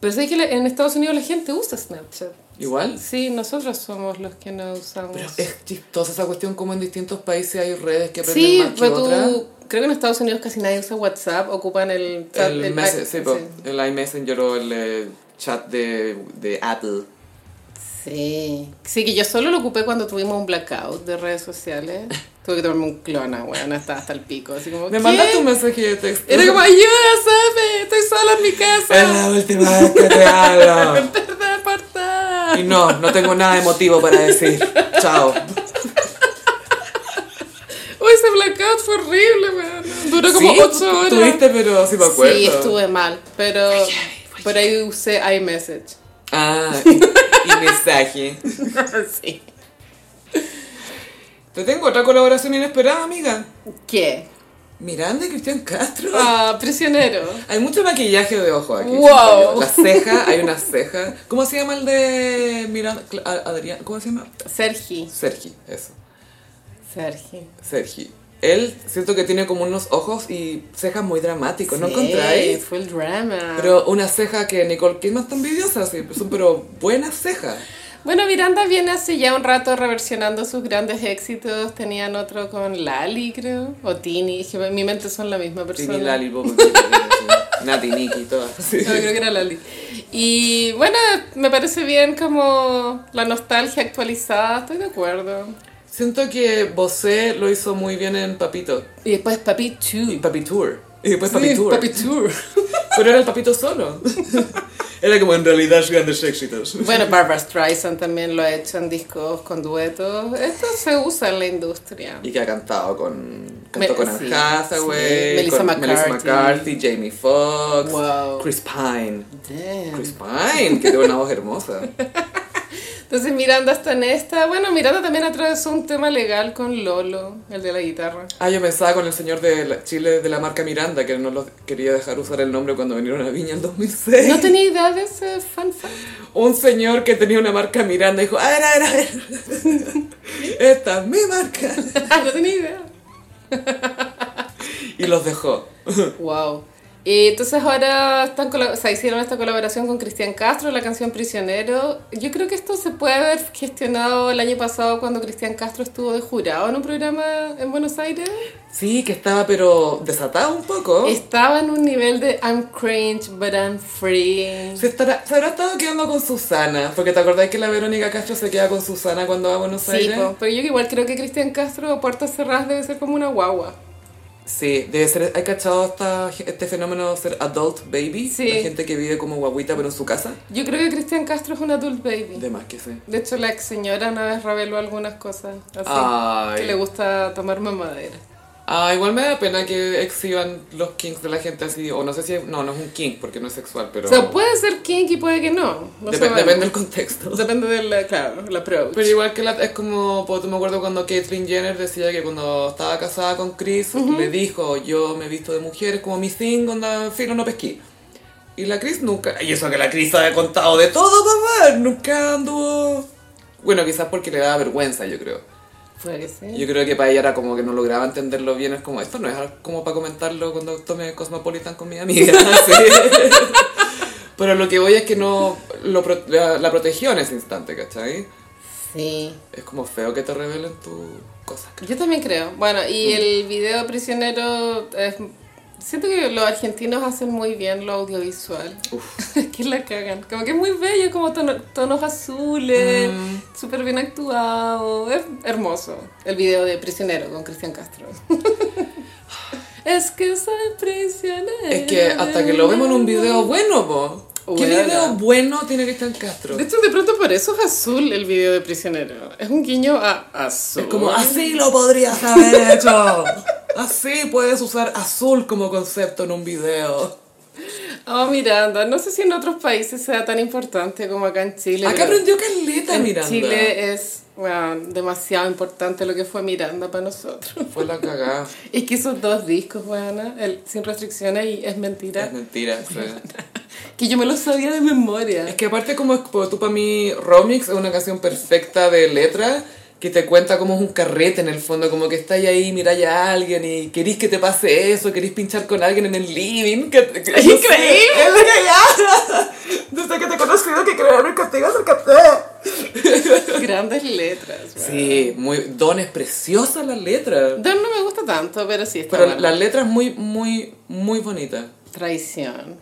Pero sé que la- en Estados Unidos la gente usa Snapchat.
Igual.
Sí, nosotros somos los que no usamos.
Pero es chistosa esa cuestión como en distintos países hay redes que prenden
Sí,
más que
pero
otras.
tú, Creo que en Estados Unidos casi nadie usa WhatsApp, ocupan el ah, chat
El,
del
mes-
i-
sí, po, el iMessenger o el eh, chat de, de Apple.
Sí. Sí, que yo solo lo ocupé cuando tuvimos un blackout de redes sociales. Tuve que tomarme un clona, weón, hasta, hasta el pico. Así como,
Me
¿qué?
mandaste un mensaje de texto.
Era como, ayuda, Safe, estoy sola en mi
Es la
casa.
última vez que te hablo.
Verdad apartada.
Y no, no tengo nada de motivo para decir. Chao.
Oh, ese blackout fue horrible, weón. Duró como
Sí,
8 horas.
Tuviste, pero sí me acuerdo.
Sí, estuve mal, pero por ahí usé iMessage.
Ah, y, y mensaje.
sí.
Te tengo otra colaboración inesperada, amiga.
¿Qué?
Miranda y Cristian Castro.
Ah, prisionero.
Hay mucho maquillaje de ojo aquí.
Wow.
siento yo. Las cejas, hay unas cejas. ¿Cómo se llama el de Miranda? Cla- a- Adrián, ¿cómo se llama?
Sergi.
Sergi, eso.
Sergi.
Sergi. Él siento que tiene como unos ojos y cejas muy dramáticos, ¿no encontráis?
Fue el drama.
Pero una ceja que Nicole Kidman está envidiosa, sí, pues son pero buenas cejas.
Bueno, Miranda viene hace ya un rato reversionando sus grandes éxitos. Tenían otro con Lali, creo. O Tini. Es que en mi mente son la misma persona.
Tini Lali, Bobo, Nati, Nikki, todas. Sí.
No, creo que era Lali. Y bueno, me parece bien como la nostalgia actualizada. Estoy de acuerdo.
Siento que Bosé lo hizo muy bien en Papito.
Y después Papi
Y
Chu.
Papi Tour. Y después
Sí,
Papi Tour.
Papi Tour.
Pero era el papito solo. Era como en realidad grandes éxitos.
Bueno, Barbara Streisand también lo ha hecho en discos con duetos. Esto se usa en la industria.
Y que ha cantado con. Cantó
Me-
con Anne
sí,
Hathaway,
sí. Melissa
con
McCarthy.
Melissa McCarthy, Jamie Foxx,
Wow.
Chris Pine.
Damn.
Chris Pine, que tiene una voz hermosa.
Entonces Miranda está en esta. Bueno, Miranda también atravesó un tema legal con Lolo, el de la guitarra.
Ah, yo pensaba con el señor de la- Chile de la marca Miranda, que no los quería dejar usar el nombre cuando vinieron a Viña en 2006.
No tenía idea de ese fan fact.
Un señor que tenía una marca Miranda dijo: A ver, a ver, a ver. Esta es mi marca.
no tenía idea.
Y los dejó.
Wow. Y entonces ahora están colo- o sea, hicieron esta colaboración con Cristian Castro, la canción Prisionero. Yo creo que esto se puede haber gestionado el año pasado cuando Cristian Castro estuvo de jurado en un programa en Buenos Aires.
Sí, que estaba pero desatado un poco.
Estaba en un nivel de I'm cringe, but I'm free.
Se, estará- se habrá estado quedando con Susana, porque te acordás que la Verónica Castro se queda con Susana cuando va a Buenos
Sí,
Aires.
po, pero yo igual creo que Cristian Castro a puertas cerradas debe ser como una guagua.
Sí, debe ser, ¿hay cachado esta- este fenómeno de ser adult baby?
Sí.
La gente que vive como guaguita pero en su casa.
Yo creo que Cristian Castro es un adult baby.
De más que sé.
De hecho, la ex señora una vez reveló algunas cosas así. Que le
Ay.
gusta tomar mamadera.
Ah, igual me da pena que exhiban los kinks de la gente así, o no sé si es, no, no es un kink porque no es sexual, pero
O sea, puede ser kinky, puede que no. no
Depe-
sabemos.
depende del contexto.
Depende del, claro, el approach.
Pero igual que la, es como, pues, me acuerdo cuando Caitlyn Jenner decía que cuando estaba casada con Chris, le dijo, yo me he visto de mujeres como mi thing, onda, filo, no pesqué. Y la Chris nunca, y eso que la Chris ha contado de todo, papá, nunca anduvo... Bueno, quizás porque le daba vergüenza, yo creo.
Puede que sí.
Yo creo que para ella era como que no lograba entenderlo bien, es como, esto no es como para comentarlo cuando tome Cosmopolitan con mi amiga, sí. Pero lo que voy es que no, lo pro- la, la protegió en ese instante, ¿cachai?
Sí.
Es como feo que te revelen tus cosas.
Yo también creo. Bueno,
Mm.
y el video prisionero es- Siento que los argentinos hacen muy bien lo audiovisual. que la cagan. Como que es muy bello, como tono- tonos azules,
Mm.
súper bien actuado. Es hermoso el video de Prisionero con Cristian Castro. es que soy prisionero.
Es que hasta que lo vemos en un video bueno, po. ¿Qué
Buena.
video bueno tiene Cristian Castro?
De hecho, de pronto por eso es azul el video de Prisionero. Es un guiño a azul.
Es como, así lo podrías haber hecho. Así puedes usar azul como concepto en un video.
Oh, Miranda, no sé si en otros países sea tan importante como acá en Chile.
Acá
pero
aprendió Carlita
en
Miranda.
Chile es weón, demasiado importante lo que fue Miranda para nosotros.
Fue la cagada.
Es que esos dos discos, weón, el Sin Restricciones y Es Mentira,
Es mentira. sí.
que yo me los sabía de memoria.
Es que aparte como es- como tú para mí, Romix es una canción perfecta de letra que te cuenta como es un carrete en el fondo, como que estáis ahí, miráis a alguien y querís que te pase eso, querís pinchar con alguien en el living. Que, que-
¡Es
no sé,
increíble!
es de allá. Desde que te he conocido que crearon el contigo acercate.
Grandes letras. weón.
Sí, muy, Don es preciosa la letra.
Don no me gusta tanto, pero sí está
Pero
bueno.
la letra es muy, muy, muy bonita.
Traición.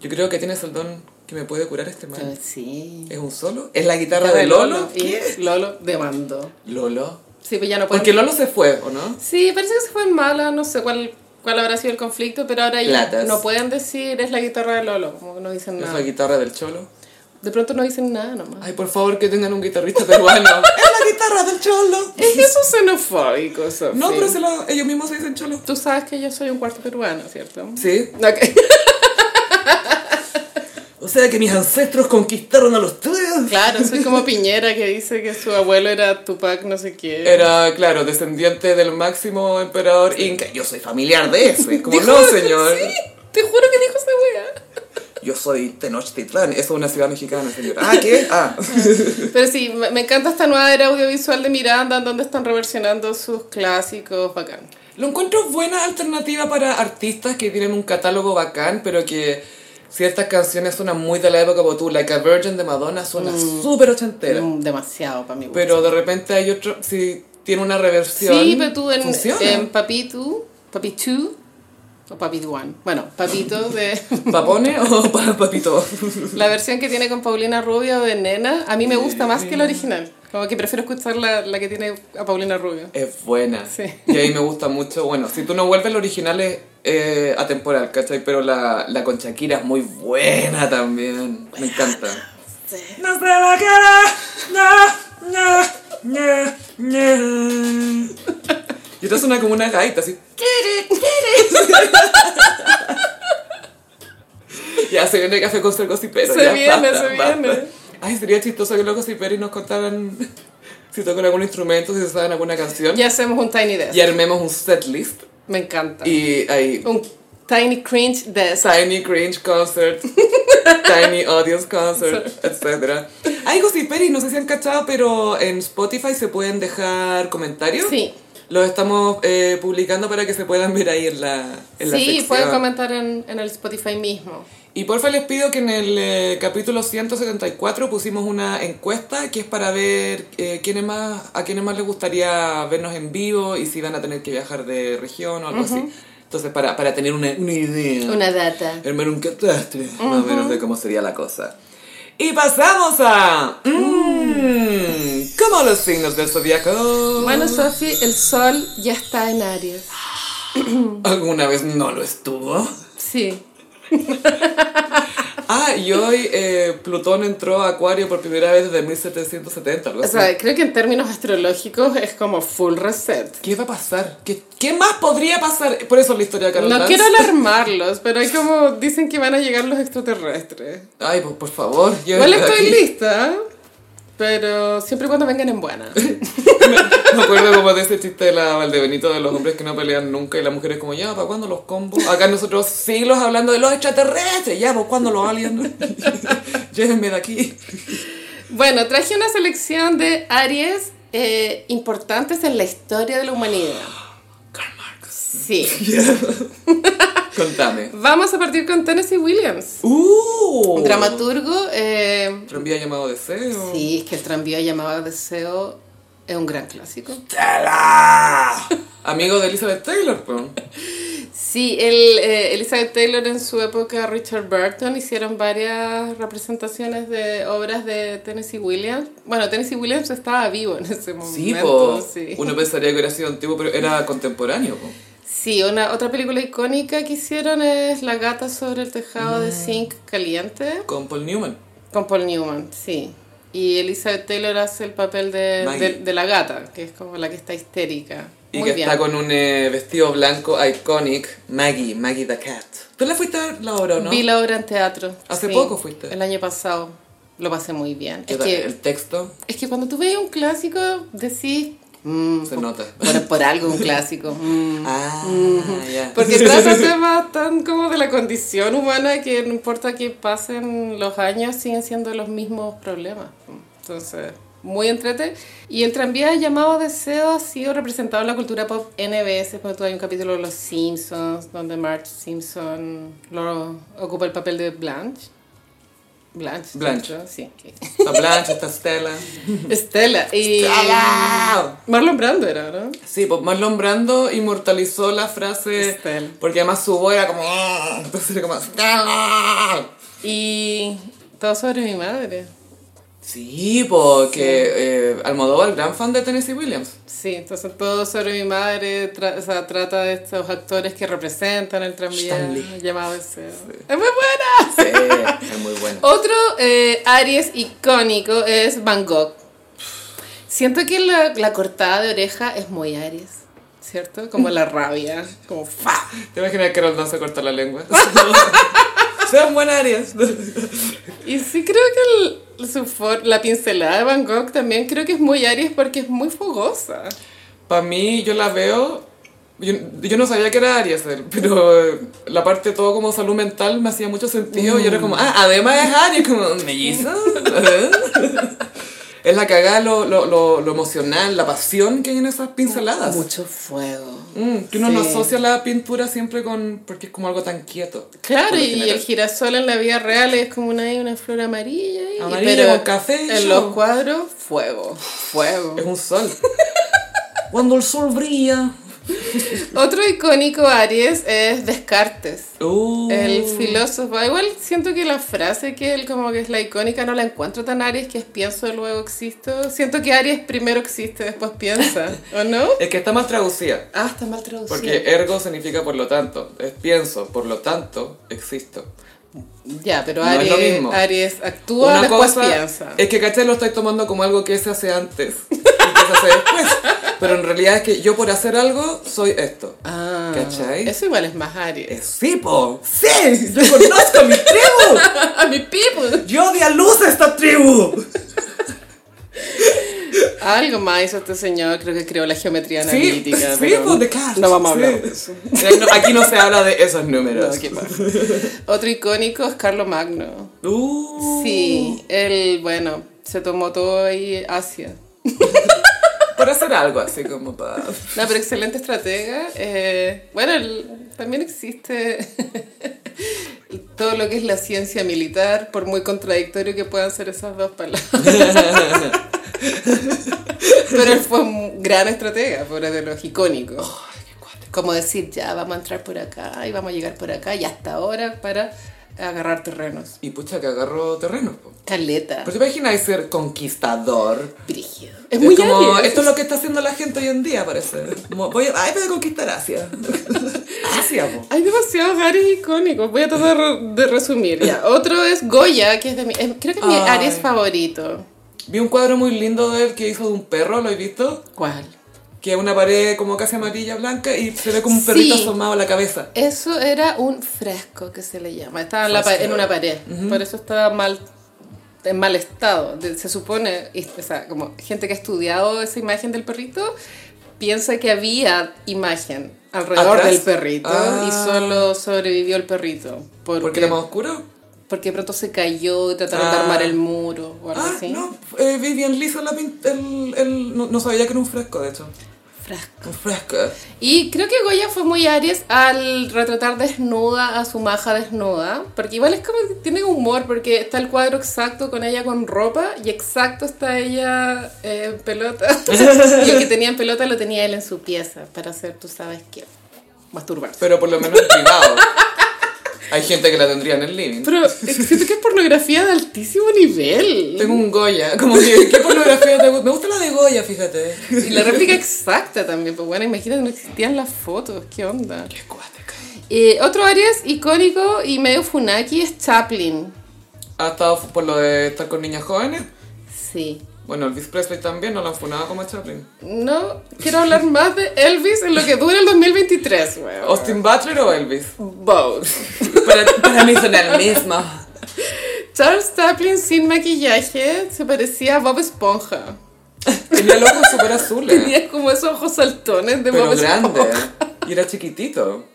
Yo creo que tienes el don que me puede curar este mal.
Sí.
¿Es un solo? ¿Es la guitarra de
de
Lolo?
Y Lolo demandó.
Lolo.
Sí, pues ya no puede.
Porque Lolo se fue, ¿o no?
Sí, parece que se fue en mala, no sé cuál, cuál habrá sido el conflicto, pero ahora ya
Latas.
no pueden decir es la guitarra de Lolo, como que no dicen
Es
nada.
la guitarra del cholo.
De pronto no dicen nada nomás.
Ay, por favor, que tengan un guitarrista peruano.
¡Es la guitarra del cholo!
Es que eso es xenofóbico, Sofi.
No, pero se lo- ellos mismos se dicen cholo.
Tú sabes que yo soy un cuarto peruano, ¿cierto?
Sí.
Ok.
O sea que mis ancestros conquistaron a los tuyos.
Claro, soy como Piñera que dice que su abuelo era Tupac, no sé qué.
Era, claro, descendiente del máximo emperador inca. Yo soy familiar de ese. Como, no, señor.
Sí, te juro que dijo esa wea.
Yo soy Tenochtitlán. Eso es una ciudad mexicana, señor. Ah, ¿qué? Ah.
Pero sí, me me encanta esta nueva era audiovisual de Miranda, en donde están reversionando sus clásicos bacán.
Lo encuentro buena alternativa para artistas que tienen un catálogo bacán, pero que ciertas canciones suenan muy de la época, como tú, Like a Virgin de Madonna suena súper ochentera.
Mm, demasiado para mi gusto.
Pero de repente hay otro, si tiene una reversión,
Sí, pero tú en,
funciona.
en Papitu, Papitu, o Papituan, bueno, Papito, de
¿Papone o pa- papito?
la versión que tiene con Paulina Rubio de Nena, a mí me gusta más que la original. Como que prefiero escuchar la, la que tiene a Paulina Rubio.
Es buena.
Sí.
Y ahí me gusta mucho. Bueno, si tú no vuelves, el original es eh, atemporal, ¿cachai? Pero la, la con Shakira es muy buena también. Me encanta.
No se la cara. No, no, no, no.
Y esta suena como una gaita, así. Ya se viene café con ser gossipero.
Se
ya
viene,
basta,
se
basta.
viene.
Ay, sería chistoso que los gossiperos nos contaran si tocan algún instrumento, si saben alguna canción.
Ya hacemos un Tiny Desk.
Y armemos un setlist.
Me encanta.
Y ahí.
Un Tiny Cringe Desk.
Tiny Cringe Concert, Tiny Audience Concert, etc. Hay gossiperis, no sé si han cachado, pero en Spotify se pueden dejar comentarios.
Sí.
Los estamos eh, publicando para que se puedan ver ahí en la, en la
Sí,
sección.
pueden comentar en, en el Spotify mismo.
Y porfa les pido que en el eh, capítulo 174 pusimos una encuesta que es para ver eh, quiénes más, a quiénes más les gustaría vernos en vivo y si van a tener que viajar de región o algo así. Entonces, para, para tener una, una idea.
Una data.
Hermano, un catástrofe, más o menos de cómo sería la cosa. Y pasamos a... Mmm, ¿Cómo los signos del zodiaco?
Bueno, Sofi, el sol ya está en Aries.
¿Alguna vez no lo estuvo?
Sí.
Ah, y hoy eh, Plutón entró a Acuario por primera vez desde 1770, algo
O
así.
sea, creo que en términos astrológicos es como full reset.
¿Qué va a pasar? ¿Qué, qué más podría pasar? Por eso la historia de Carol
No
Dance.
quiero alarmarlos, pero hay como dicen que van a llegar los extraterrestres.
Ay, pues, por, por favor. yo
Igual
estoy
estoy
aquí.
lista, pero siempre y cuando vengan en buena.
Me acuerdo como de ese chiste de la Valdebenito de los hombres que no pelean nunca y las mujeres como, ya, ¿para cuándo los combos? Acá nosotros siglos hablando de los extraterrestres, ya, ¿para cuándo los aliens? Llévenme de aquí.
Bueno, traje una selección de Aries eh, importantes en la historia de la humanidad.
Karl Marx.
Sí.
Contame.
Vamos a partir con Tennessee Williams,
¡Uh!
un dramaturgo. eh,
Tranvía llamado Deseo.
sí, es que el tranvía llamado Deseo es un gran clásico.
¡Tela! Amigo de Elizabeth Taylor, po.
Sí, el, eh, Elizabeth Taylor en su época, Richard Burton, hicieron varias representaciones de obras de Tennessee Williams. Bueno, Tennessee Williams estaba vivo en ese
Sí,
momento.
po.
Sí,
Uno pensaría que hubiera sido antiguo, pero era contemporáneo, po.
Sí, una, otra película icónica que hicieron es La gata sobre el tejado
Ah.
de zinc caliente
Con Paul Newman.
con Paul Newman, sí. Y Elizabeth Taylor hace el papel de,
Maggie.
de- de la gata, que es como la que está histérica.
Y
Muy
que
bien.
está con un eh, vestido blanco iconic, Maggie, Maggie the Cat. ¿Tú la fuiste a ver la obra o no?
Vi la obra en teatro.
Hace poco fuiste.
El año pasado. Lo pasé muy bien.
¿Qué
Es
tal?
que,
El texto
es que cuando tú ves un clásico, decís,
se nota.
Mm, por, por algo un clásico. mm.
Ah, ya.
Porque trata temas tan como de la condición humana que no importa que pasen los años, siguen siendo los mismos problemas. Entonces, muy entrete. Y el tranvía llamado Deseo ha sido representado en la cultura pop NBS. Cuando tú hay un capítulo de Los Simpsons, donde Marge Simpson lo ocupa el papel de Blanche. Blanche.
Blanche.
¿cierto? Sí.
Está Blanche, está Stella.
Estela. Y...
¡Stella!
Marlon Brando era, ¿no?
Sí, pues Marlon Brando inmortalizó la frase.
Estela.
Porque además su voz era como. "Ah", Entonces era como. "Stella".
Y todo sobre mi madre.
Sí, porque eh, Almodóvar, gran fan de Tennessee Williams.
Sí, entonces todo sobre mi madre tra- o sea, trata de estos actores que representan el tranvía
Stanley.
llamado Deseo. ¡Es muy buena!
Sí, es muy bueno.
Otro eh, Aries icónico es Van Gogh. Siento que la, la cortada de oreja es muy Aries, ¿cierto? Como la rabia, como fa.
¿Te imaginas que Roldán se corta la lengua?
Sean buen Arias.
Y sí creo que el- su for- la pincelada de Van Gogh también creo que es muy Aries porque es muy fogosa.
Para mí, yo la veo. Yo, yo no sabía que era Aries, él, pero eh, la parte todo como salud mental me hacía mucho sentido. Y era como, ah, además es Aries, como, mellizo. ¿eh? es la cagada, lo, lo, lo, lo emocional, la pasión que hay en esas pinceladas.
Mucho fuego.
Mm, que uno
Sí.
no asocia la pintura siempre con. porque es como algo tan quieto.
Claro,
Por lo
y,
general.
el girasol en la vida real es como una, una flor amarilla. ahí,
Amarillo, café,
En
yo.
los cuadros, fuego. Fuego.
Es un sol.
Cuando el sol brilla.
Otro icónico Aries es Descartes.
Uh.
El filósofo, Ah, igual siento que la frase que él como que es la icónica no la encuentro tan Aries que es pienso luego existo. Siento que Aries primero existe, después piensa, ¿o no?
Es que está más traducida.
Ah, está mal traducido.
Porque ergo significa por lo tanto. Es pienso, por lo tanto, existo.
Ya, pero
No es
Aries,
lo mismo.
Aries actúa, después piensa.
es que caché lo estoy tomando como algo que se hace antes y que se hace después. Pero en realidad es que yo por hacer algo soy esto.
Ah,
¿Cachai?
Eso igual es más Aries.
Es sí, po.
¡Sí! ¡Yo conozco a mi tribu!
¡A mi people!
¡Yo di a luz a esta tribu!
Algo más hizo este señor, creo que creó la geometría analítica.
sí,
pero
po, Descartes,
No vamos a hablar
sí.
de eso.
Eh, no, aquí no se habla de esos números.
No, qué paja. Otro icónico es Carlo Magno.
Uh,
Sí, él, bueno, se tomó todo ahí Asia.
Por hacer algo así como para.
No, pero excelente estratega. Eh, bueno, el- también existe todo lo que es la ciencia militar, por muy contradictorio que puedan ser esas dos palabras. pero él fue un gran estratega, fuera de los icónicos. Como decir, ya vamos a entrar por acá y vamos a llegar por acá y hasta ahora para agarrar terrenos.
Y pucha, que agarro terreno. Po.
Caleta,
Pero te imagináis Pues ser conquistador.
brígido. Es muy
como,
Aries.
esto es lo que está haciendo la gente hoy en día, parece. Como, voy a, ay, voy a conquistar Asia. Asia, po.
Hay demasiados Aries icónicos. Voy a tratar re- de resumir. Ya. Otro es Goya, que es de mi. es- creo que es mi
Ay.
Aries favorito.
Vi un cuadro muy lindo de él que hizo de un perro, ¿lo he visto?
¿Cuál?
Que es una pared como casi amarilla, blanca, y se ve como un perrito
Sí.
asomado a la cabeza.
Eso era un fresco que se le llama. Estaba en, la pa-
Fresco.
en una pared. Por eso estaba mal. En mal estado. De- se supone. y- O sea, como gente que ha estudiado esa imagen del perrito piensa que había imagen alrededor
¿Atrás?
del perrito
Ah.
y solo sobrevivió el perrito. Porque,
¿Porque era más oscuro?
porque de pronto se cayó y trataron de
Ah.
armar el muro o algo
Ah,
así.
no, eh, vi bien liso la pin- el, el- no, no sabía que era un fresco, de hecho.
Fresco.
Un fresco.
Y creo que Goya fue muy Aries al retratar desnuda a su maja desnuda, porque igual es como que tiene humor, porque está el cuadro exacto con ella con ropa y exacto está ella eh, en pelota. y el que tenía en pelota lo tenía él en su pieza para hacer, tú sabes qué, masturbarse.
Pero por lo menos en privado. Hay gente que la tendría en el living.
Pero eh, siento que es pornografía de altísimo nivel.
Tengo un Goya, como que, ¿qué pornografía te gusta? Me gusta la de Goya, fíjate.
Y la réplica exacta también, pues bueno, imagínate, no existían las fotos, qué onda.
Qué cuática.
Eh, otro Aries icónico y medio funaki es Chaplin.
Ha estado f- por lo de estar con niñas jóvenes.
Sí.
Bueno, Elvis Presley también no lo han funado como a Chaplin.
No, quiero hablar más de Elvis en lo que dura el 2023, weón.
¿Austin Butler o Elvis?
Both.
Ah. Para, para mí son el mismo.
Charles Chaplin sin maquillaje se parecía a Bob Esponja.
Tenía los ojos súper azules,
Tenía como esos ojos saltones de
pero
Bob Esponja.
grande. ¿eh? Y era chiquitito.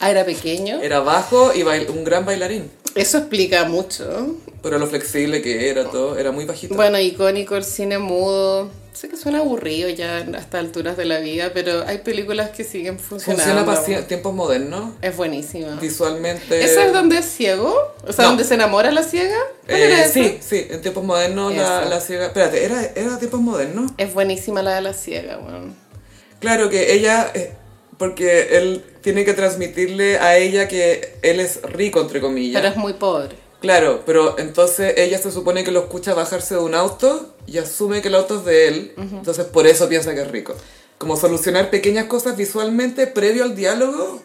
Ah, era pequeño.
Era bajo y bail- un gran bailarín.
Eso explica mucho.
Pero lo flexible que era todo, era muy bajito.
Bueno, icónico el cine mudo. Sé que suena aburrido ya a estas alturas de la vida, pero hay películas que siguen funcionando.
Funciona para cie- tiempos modernos.
Es buenísima.
Visualmente.
¿Esa es donde es ciego? O sea,
No.
donde se enamora la ciega. ¿Cuál
eh,
era esa?
sí, sí, en tiempos modernos la,
Esa.
la ciega. Espérate, ¿era, ¿era tiempos modernos?
Es buenísima la de la ciega, weón.
Claro que ella, eh, porque él tiene que transmitirle a ella que él es rico, entre comillas.
Pero es muy pobre.
Claro, pero entonces ella se supone que lo escucha bajarse de un auto y asume que el auto es de él, entonces por eso piensa que es rico. Como solucionar pequeñas cosas visualmente previo al diálogo,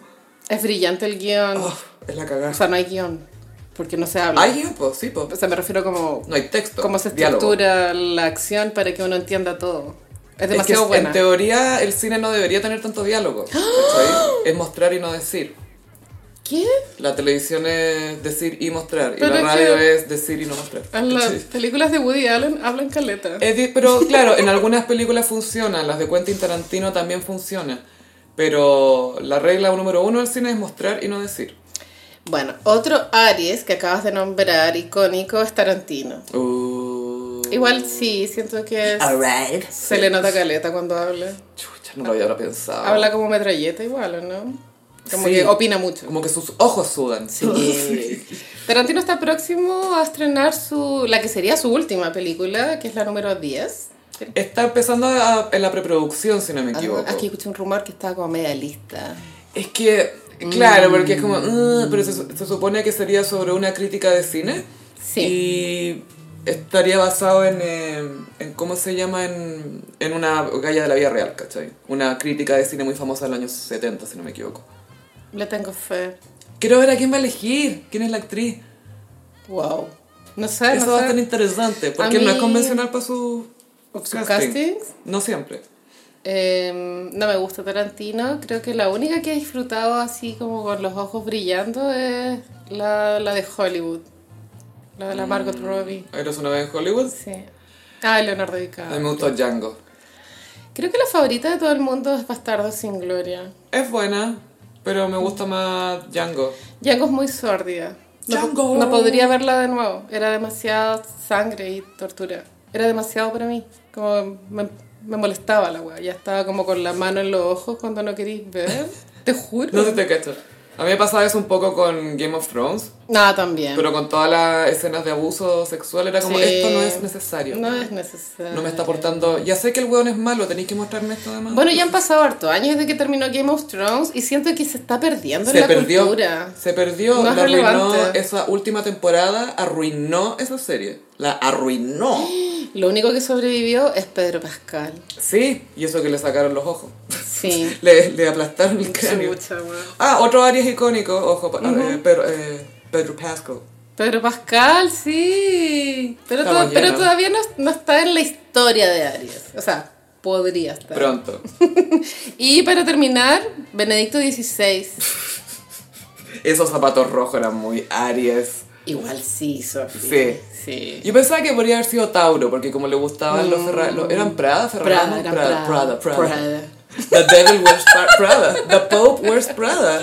Es brillante el guión.
oh, es la
O
cagada.
sea, no hay guión. Porque no se habla.
Hay tiempo, sí, po.
O sea, me refiero como
no hay texto.
cómo se
diálogo.
estructura la acción para que uno entienda todo. Es
Es que
demasiado buena. ¡Ah!
En teoría, el cine no debería tener tanto diálogo. ¿cachai? Es mostrar y no decir.
¿Qué?
La televisión es decir y mostrar. Y
Pero
la
es
radio
que-
es decir y no mostrar.
En las
¿cachai?
películas de Woody Allen hablan caleta.
Es di- pero claro, en algunas películas funcionan, las de Quentin Tarantino también funcionan. Pero la regla número uno del cine es mostrar y no decir.
Bueno, otro Aries que acabas de nombrar, icónico, es Tarantino.
Uh,
Igual sí, siento que es-
Alright.
se le nota caleta cuando habla.
chucha, no lo había pensado.
Habla como metralleta igual, ¿o ¿no?
Ah.
Como
Sí.
que opina mucho.
Como que sus ojos sudan.
Tarantino está próximo a estrenar su la que sería su última película, que es la número 10.
Está empezando a- en la preproducción, si no me equivoco.
Ah, Aquí escuché un rumor que estaba como media lista.
Es que, claro, porque es como, "Mm", pero se, su- se supone que sería sobre una crítica de cine. Y estaría basado en, eh, en ¿cómo se llama? En, en una galla de la vida real, ¿cachai? Una crítica de cine muy famosa del año 70, si no me equivoco.
Le tengo fe.
Quiero ver a quién va a elegir, quién es la actriz.
Wow. No sé,
Eso va
no
a estar
sé.
interesante, porque
A mí-
no es convencional para su,
¿Sus castings?
No siempre.
Eh, no me gusta Tarantino. Creo que la única que he disfrutado así como con los ojos brillando es la, la de Hollywood. La de la Margot
Mm.
Robbie.
Eres una vez en Hollywood.
Sí. Ah, Leonardo
A mí
DiCaprio.
me gustó Django.
Creo que la favorita de todo el mundo es Bastardo sin Gloria.
Es buena, pero me gusta más Django.
Django es muy sórdida. No,
Django.
no podría verla de nuevo. Era demasiada sangre y tortura. Era demasiado para mí. Como me, me molestaba la wea. Ya estaba como con la mano en los ojos cuando no queréis ver. Te juro.
No sé si te cacho. A mí me pasaba eso un poco con Game of Thrones.
Nada, también.
Pero con todas las escenas de abuso sexual era como,
Sí.
esto no es necesario.
No es necesario.
No me está aportando... Ya sé que el weón es malo, tenéis que mostrarme esto además.
Bueno, ya han pasado harto años desde que terminó Game of Thrones y siento que se está perdiendo en
se
la
perdió,
cultura.
se perdió,
No es
la arruinó
relevante.
esa última temporada, arruinó esa serie, la arruinó.
Lo único que sobrevivió es Pedro Pascal.
Sí, y eso que le sacaron los ojos,
Sí.
le, le aplastaron el cráneo.
Chucha, weón.
Ah, otro Aries icónico, ojo, pa- eh, Pedro, eh, Pedro Pascal.
Pedro Pascal, sí. Pero,
Estamos
to- pero
llenos.
todavía no, no está en la historia de Aries. O sea, podría estar.
Pronto.
Y para terminar, Benedicto XVI.
Esos zapatos rojos eran muy Aries.
Igual sí, Sofía.
Sí.
Sí.
Yo pensaba que podría haber sido Tauro, porque como le gustaban Ah, los Ferragamo... ¿Eran Prada? Ferragamo,
Mm. Prada, era
Prada, Prada,
Prada,
Prada.
Prada.
The devil wears Pa- Prada. The Pope wears Prada.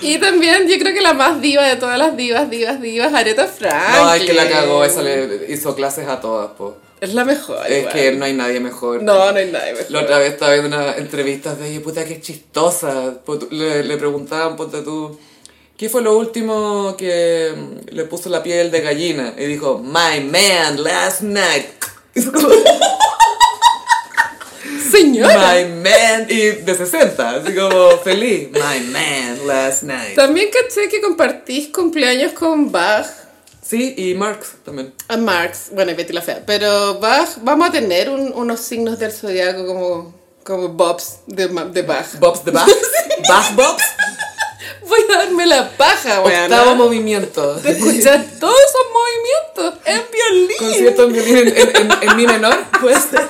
Y también yo creo que la más diva de todas las divas, divas, divas, Aretha Franklin.
No, es que la cagó, esa le hizo clases a todas, po.
Es la mejor.
Es
igual.
que no hay nadie mejor.
No, no hay nadie mejor.
La otra vez estaba viendo unas entrevistas de ella, puta, que chistosa. Ponte- Le, le preguntaban, ponte tú, ¿qué fue lo último que mm, le puso la piel de gallina? Y dijo, my man, last night. Es como,
Señora.
my man, y de 60, así como feliz. My man, last night.
También caché que compartís cumpleaños con Bach.
Sí, y Marx también.
a Marx, bueno, y Betty la Fea, pero Bach, vamos a tener un- unos signos del zodiaco como, como Bobs de, Ma- de Bach.
Bob's the Bach. Bach Bob's.
Voy a darme la paja, weón.
Octavo movimiento.
Escuchar todos esos movimientos en violín.
Concierto en violín en, en- en- en mi menor, puede ser.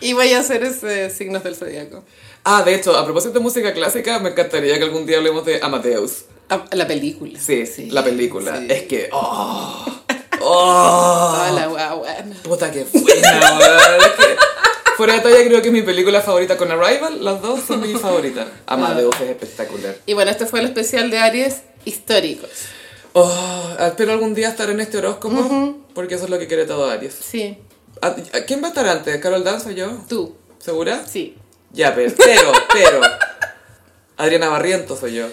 Y voy a hacer ese signos del zodiaco.
Ah, de hecho, a propósito de música clásica, me encantaría que algún día hablemos de Amadeus.
A- Ah, La película.
Sí, la película.
sí.
Es que. ¡Oh! ¡Oh!
Toda Ah, la weá, weón.
¡Puta que buena, weón. Es que, Fuera de talla, creo que es mi película favorita con Arrival. Las dos son mis favoritas. Amadeus es espectacular.
Y bueno, este fue el especial de Aries históricos.
Oh, espero algún día estar en este horóscopo, porque eso es lo que quiere todo Aries.
Sí.
¿A, a quién va a estar antes? ¿Carol Dance o yo?
Tú,
¿Segura?
sí.
Ya, pero, pero, pero. Adriana Barrientos soy yo.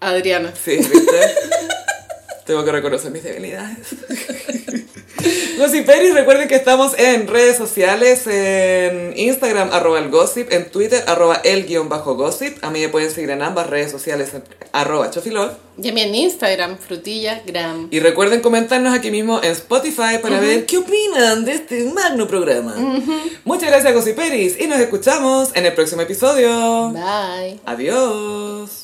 Adriana.
Sí, ¿viste? Tengo que reconocer mis debilidades. Gossip Peris, recuerden que estamos en redes sociales, en Instagram, arroba el gossip, en Twitter, arroba el guión bajo gossip. A mí me pueden seguir en ambas redes sociales, en arroba chofilol.
Y a mí en Instagram, frutillagram.
Y recuerden comentarnos aquí mismo en Spotify para ver qué opinan de este magno programa. Muchas gracias, Gossip Peris, y nos escuchamos en el próximo episodio.
Bye.
Adiós.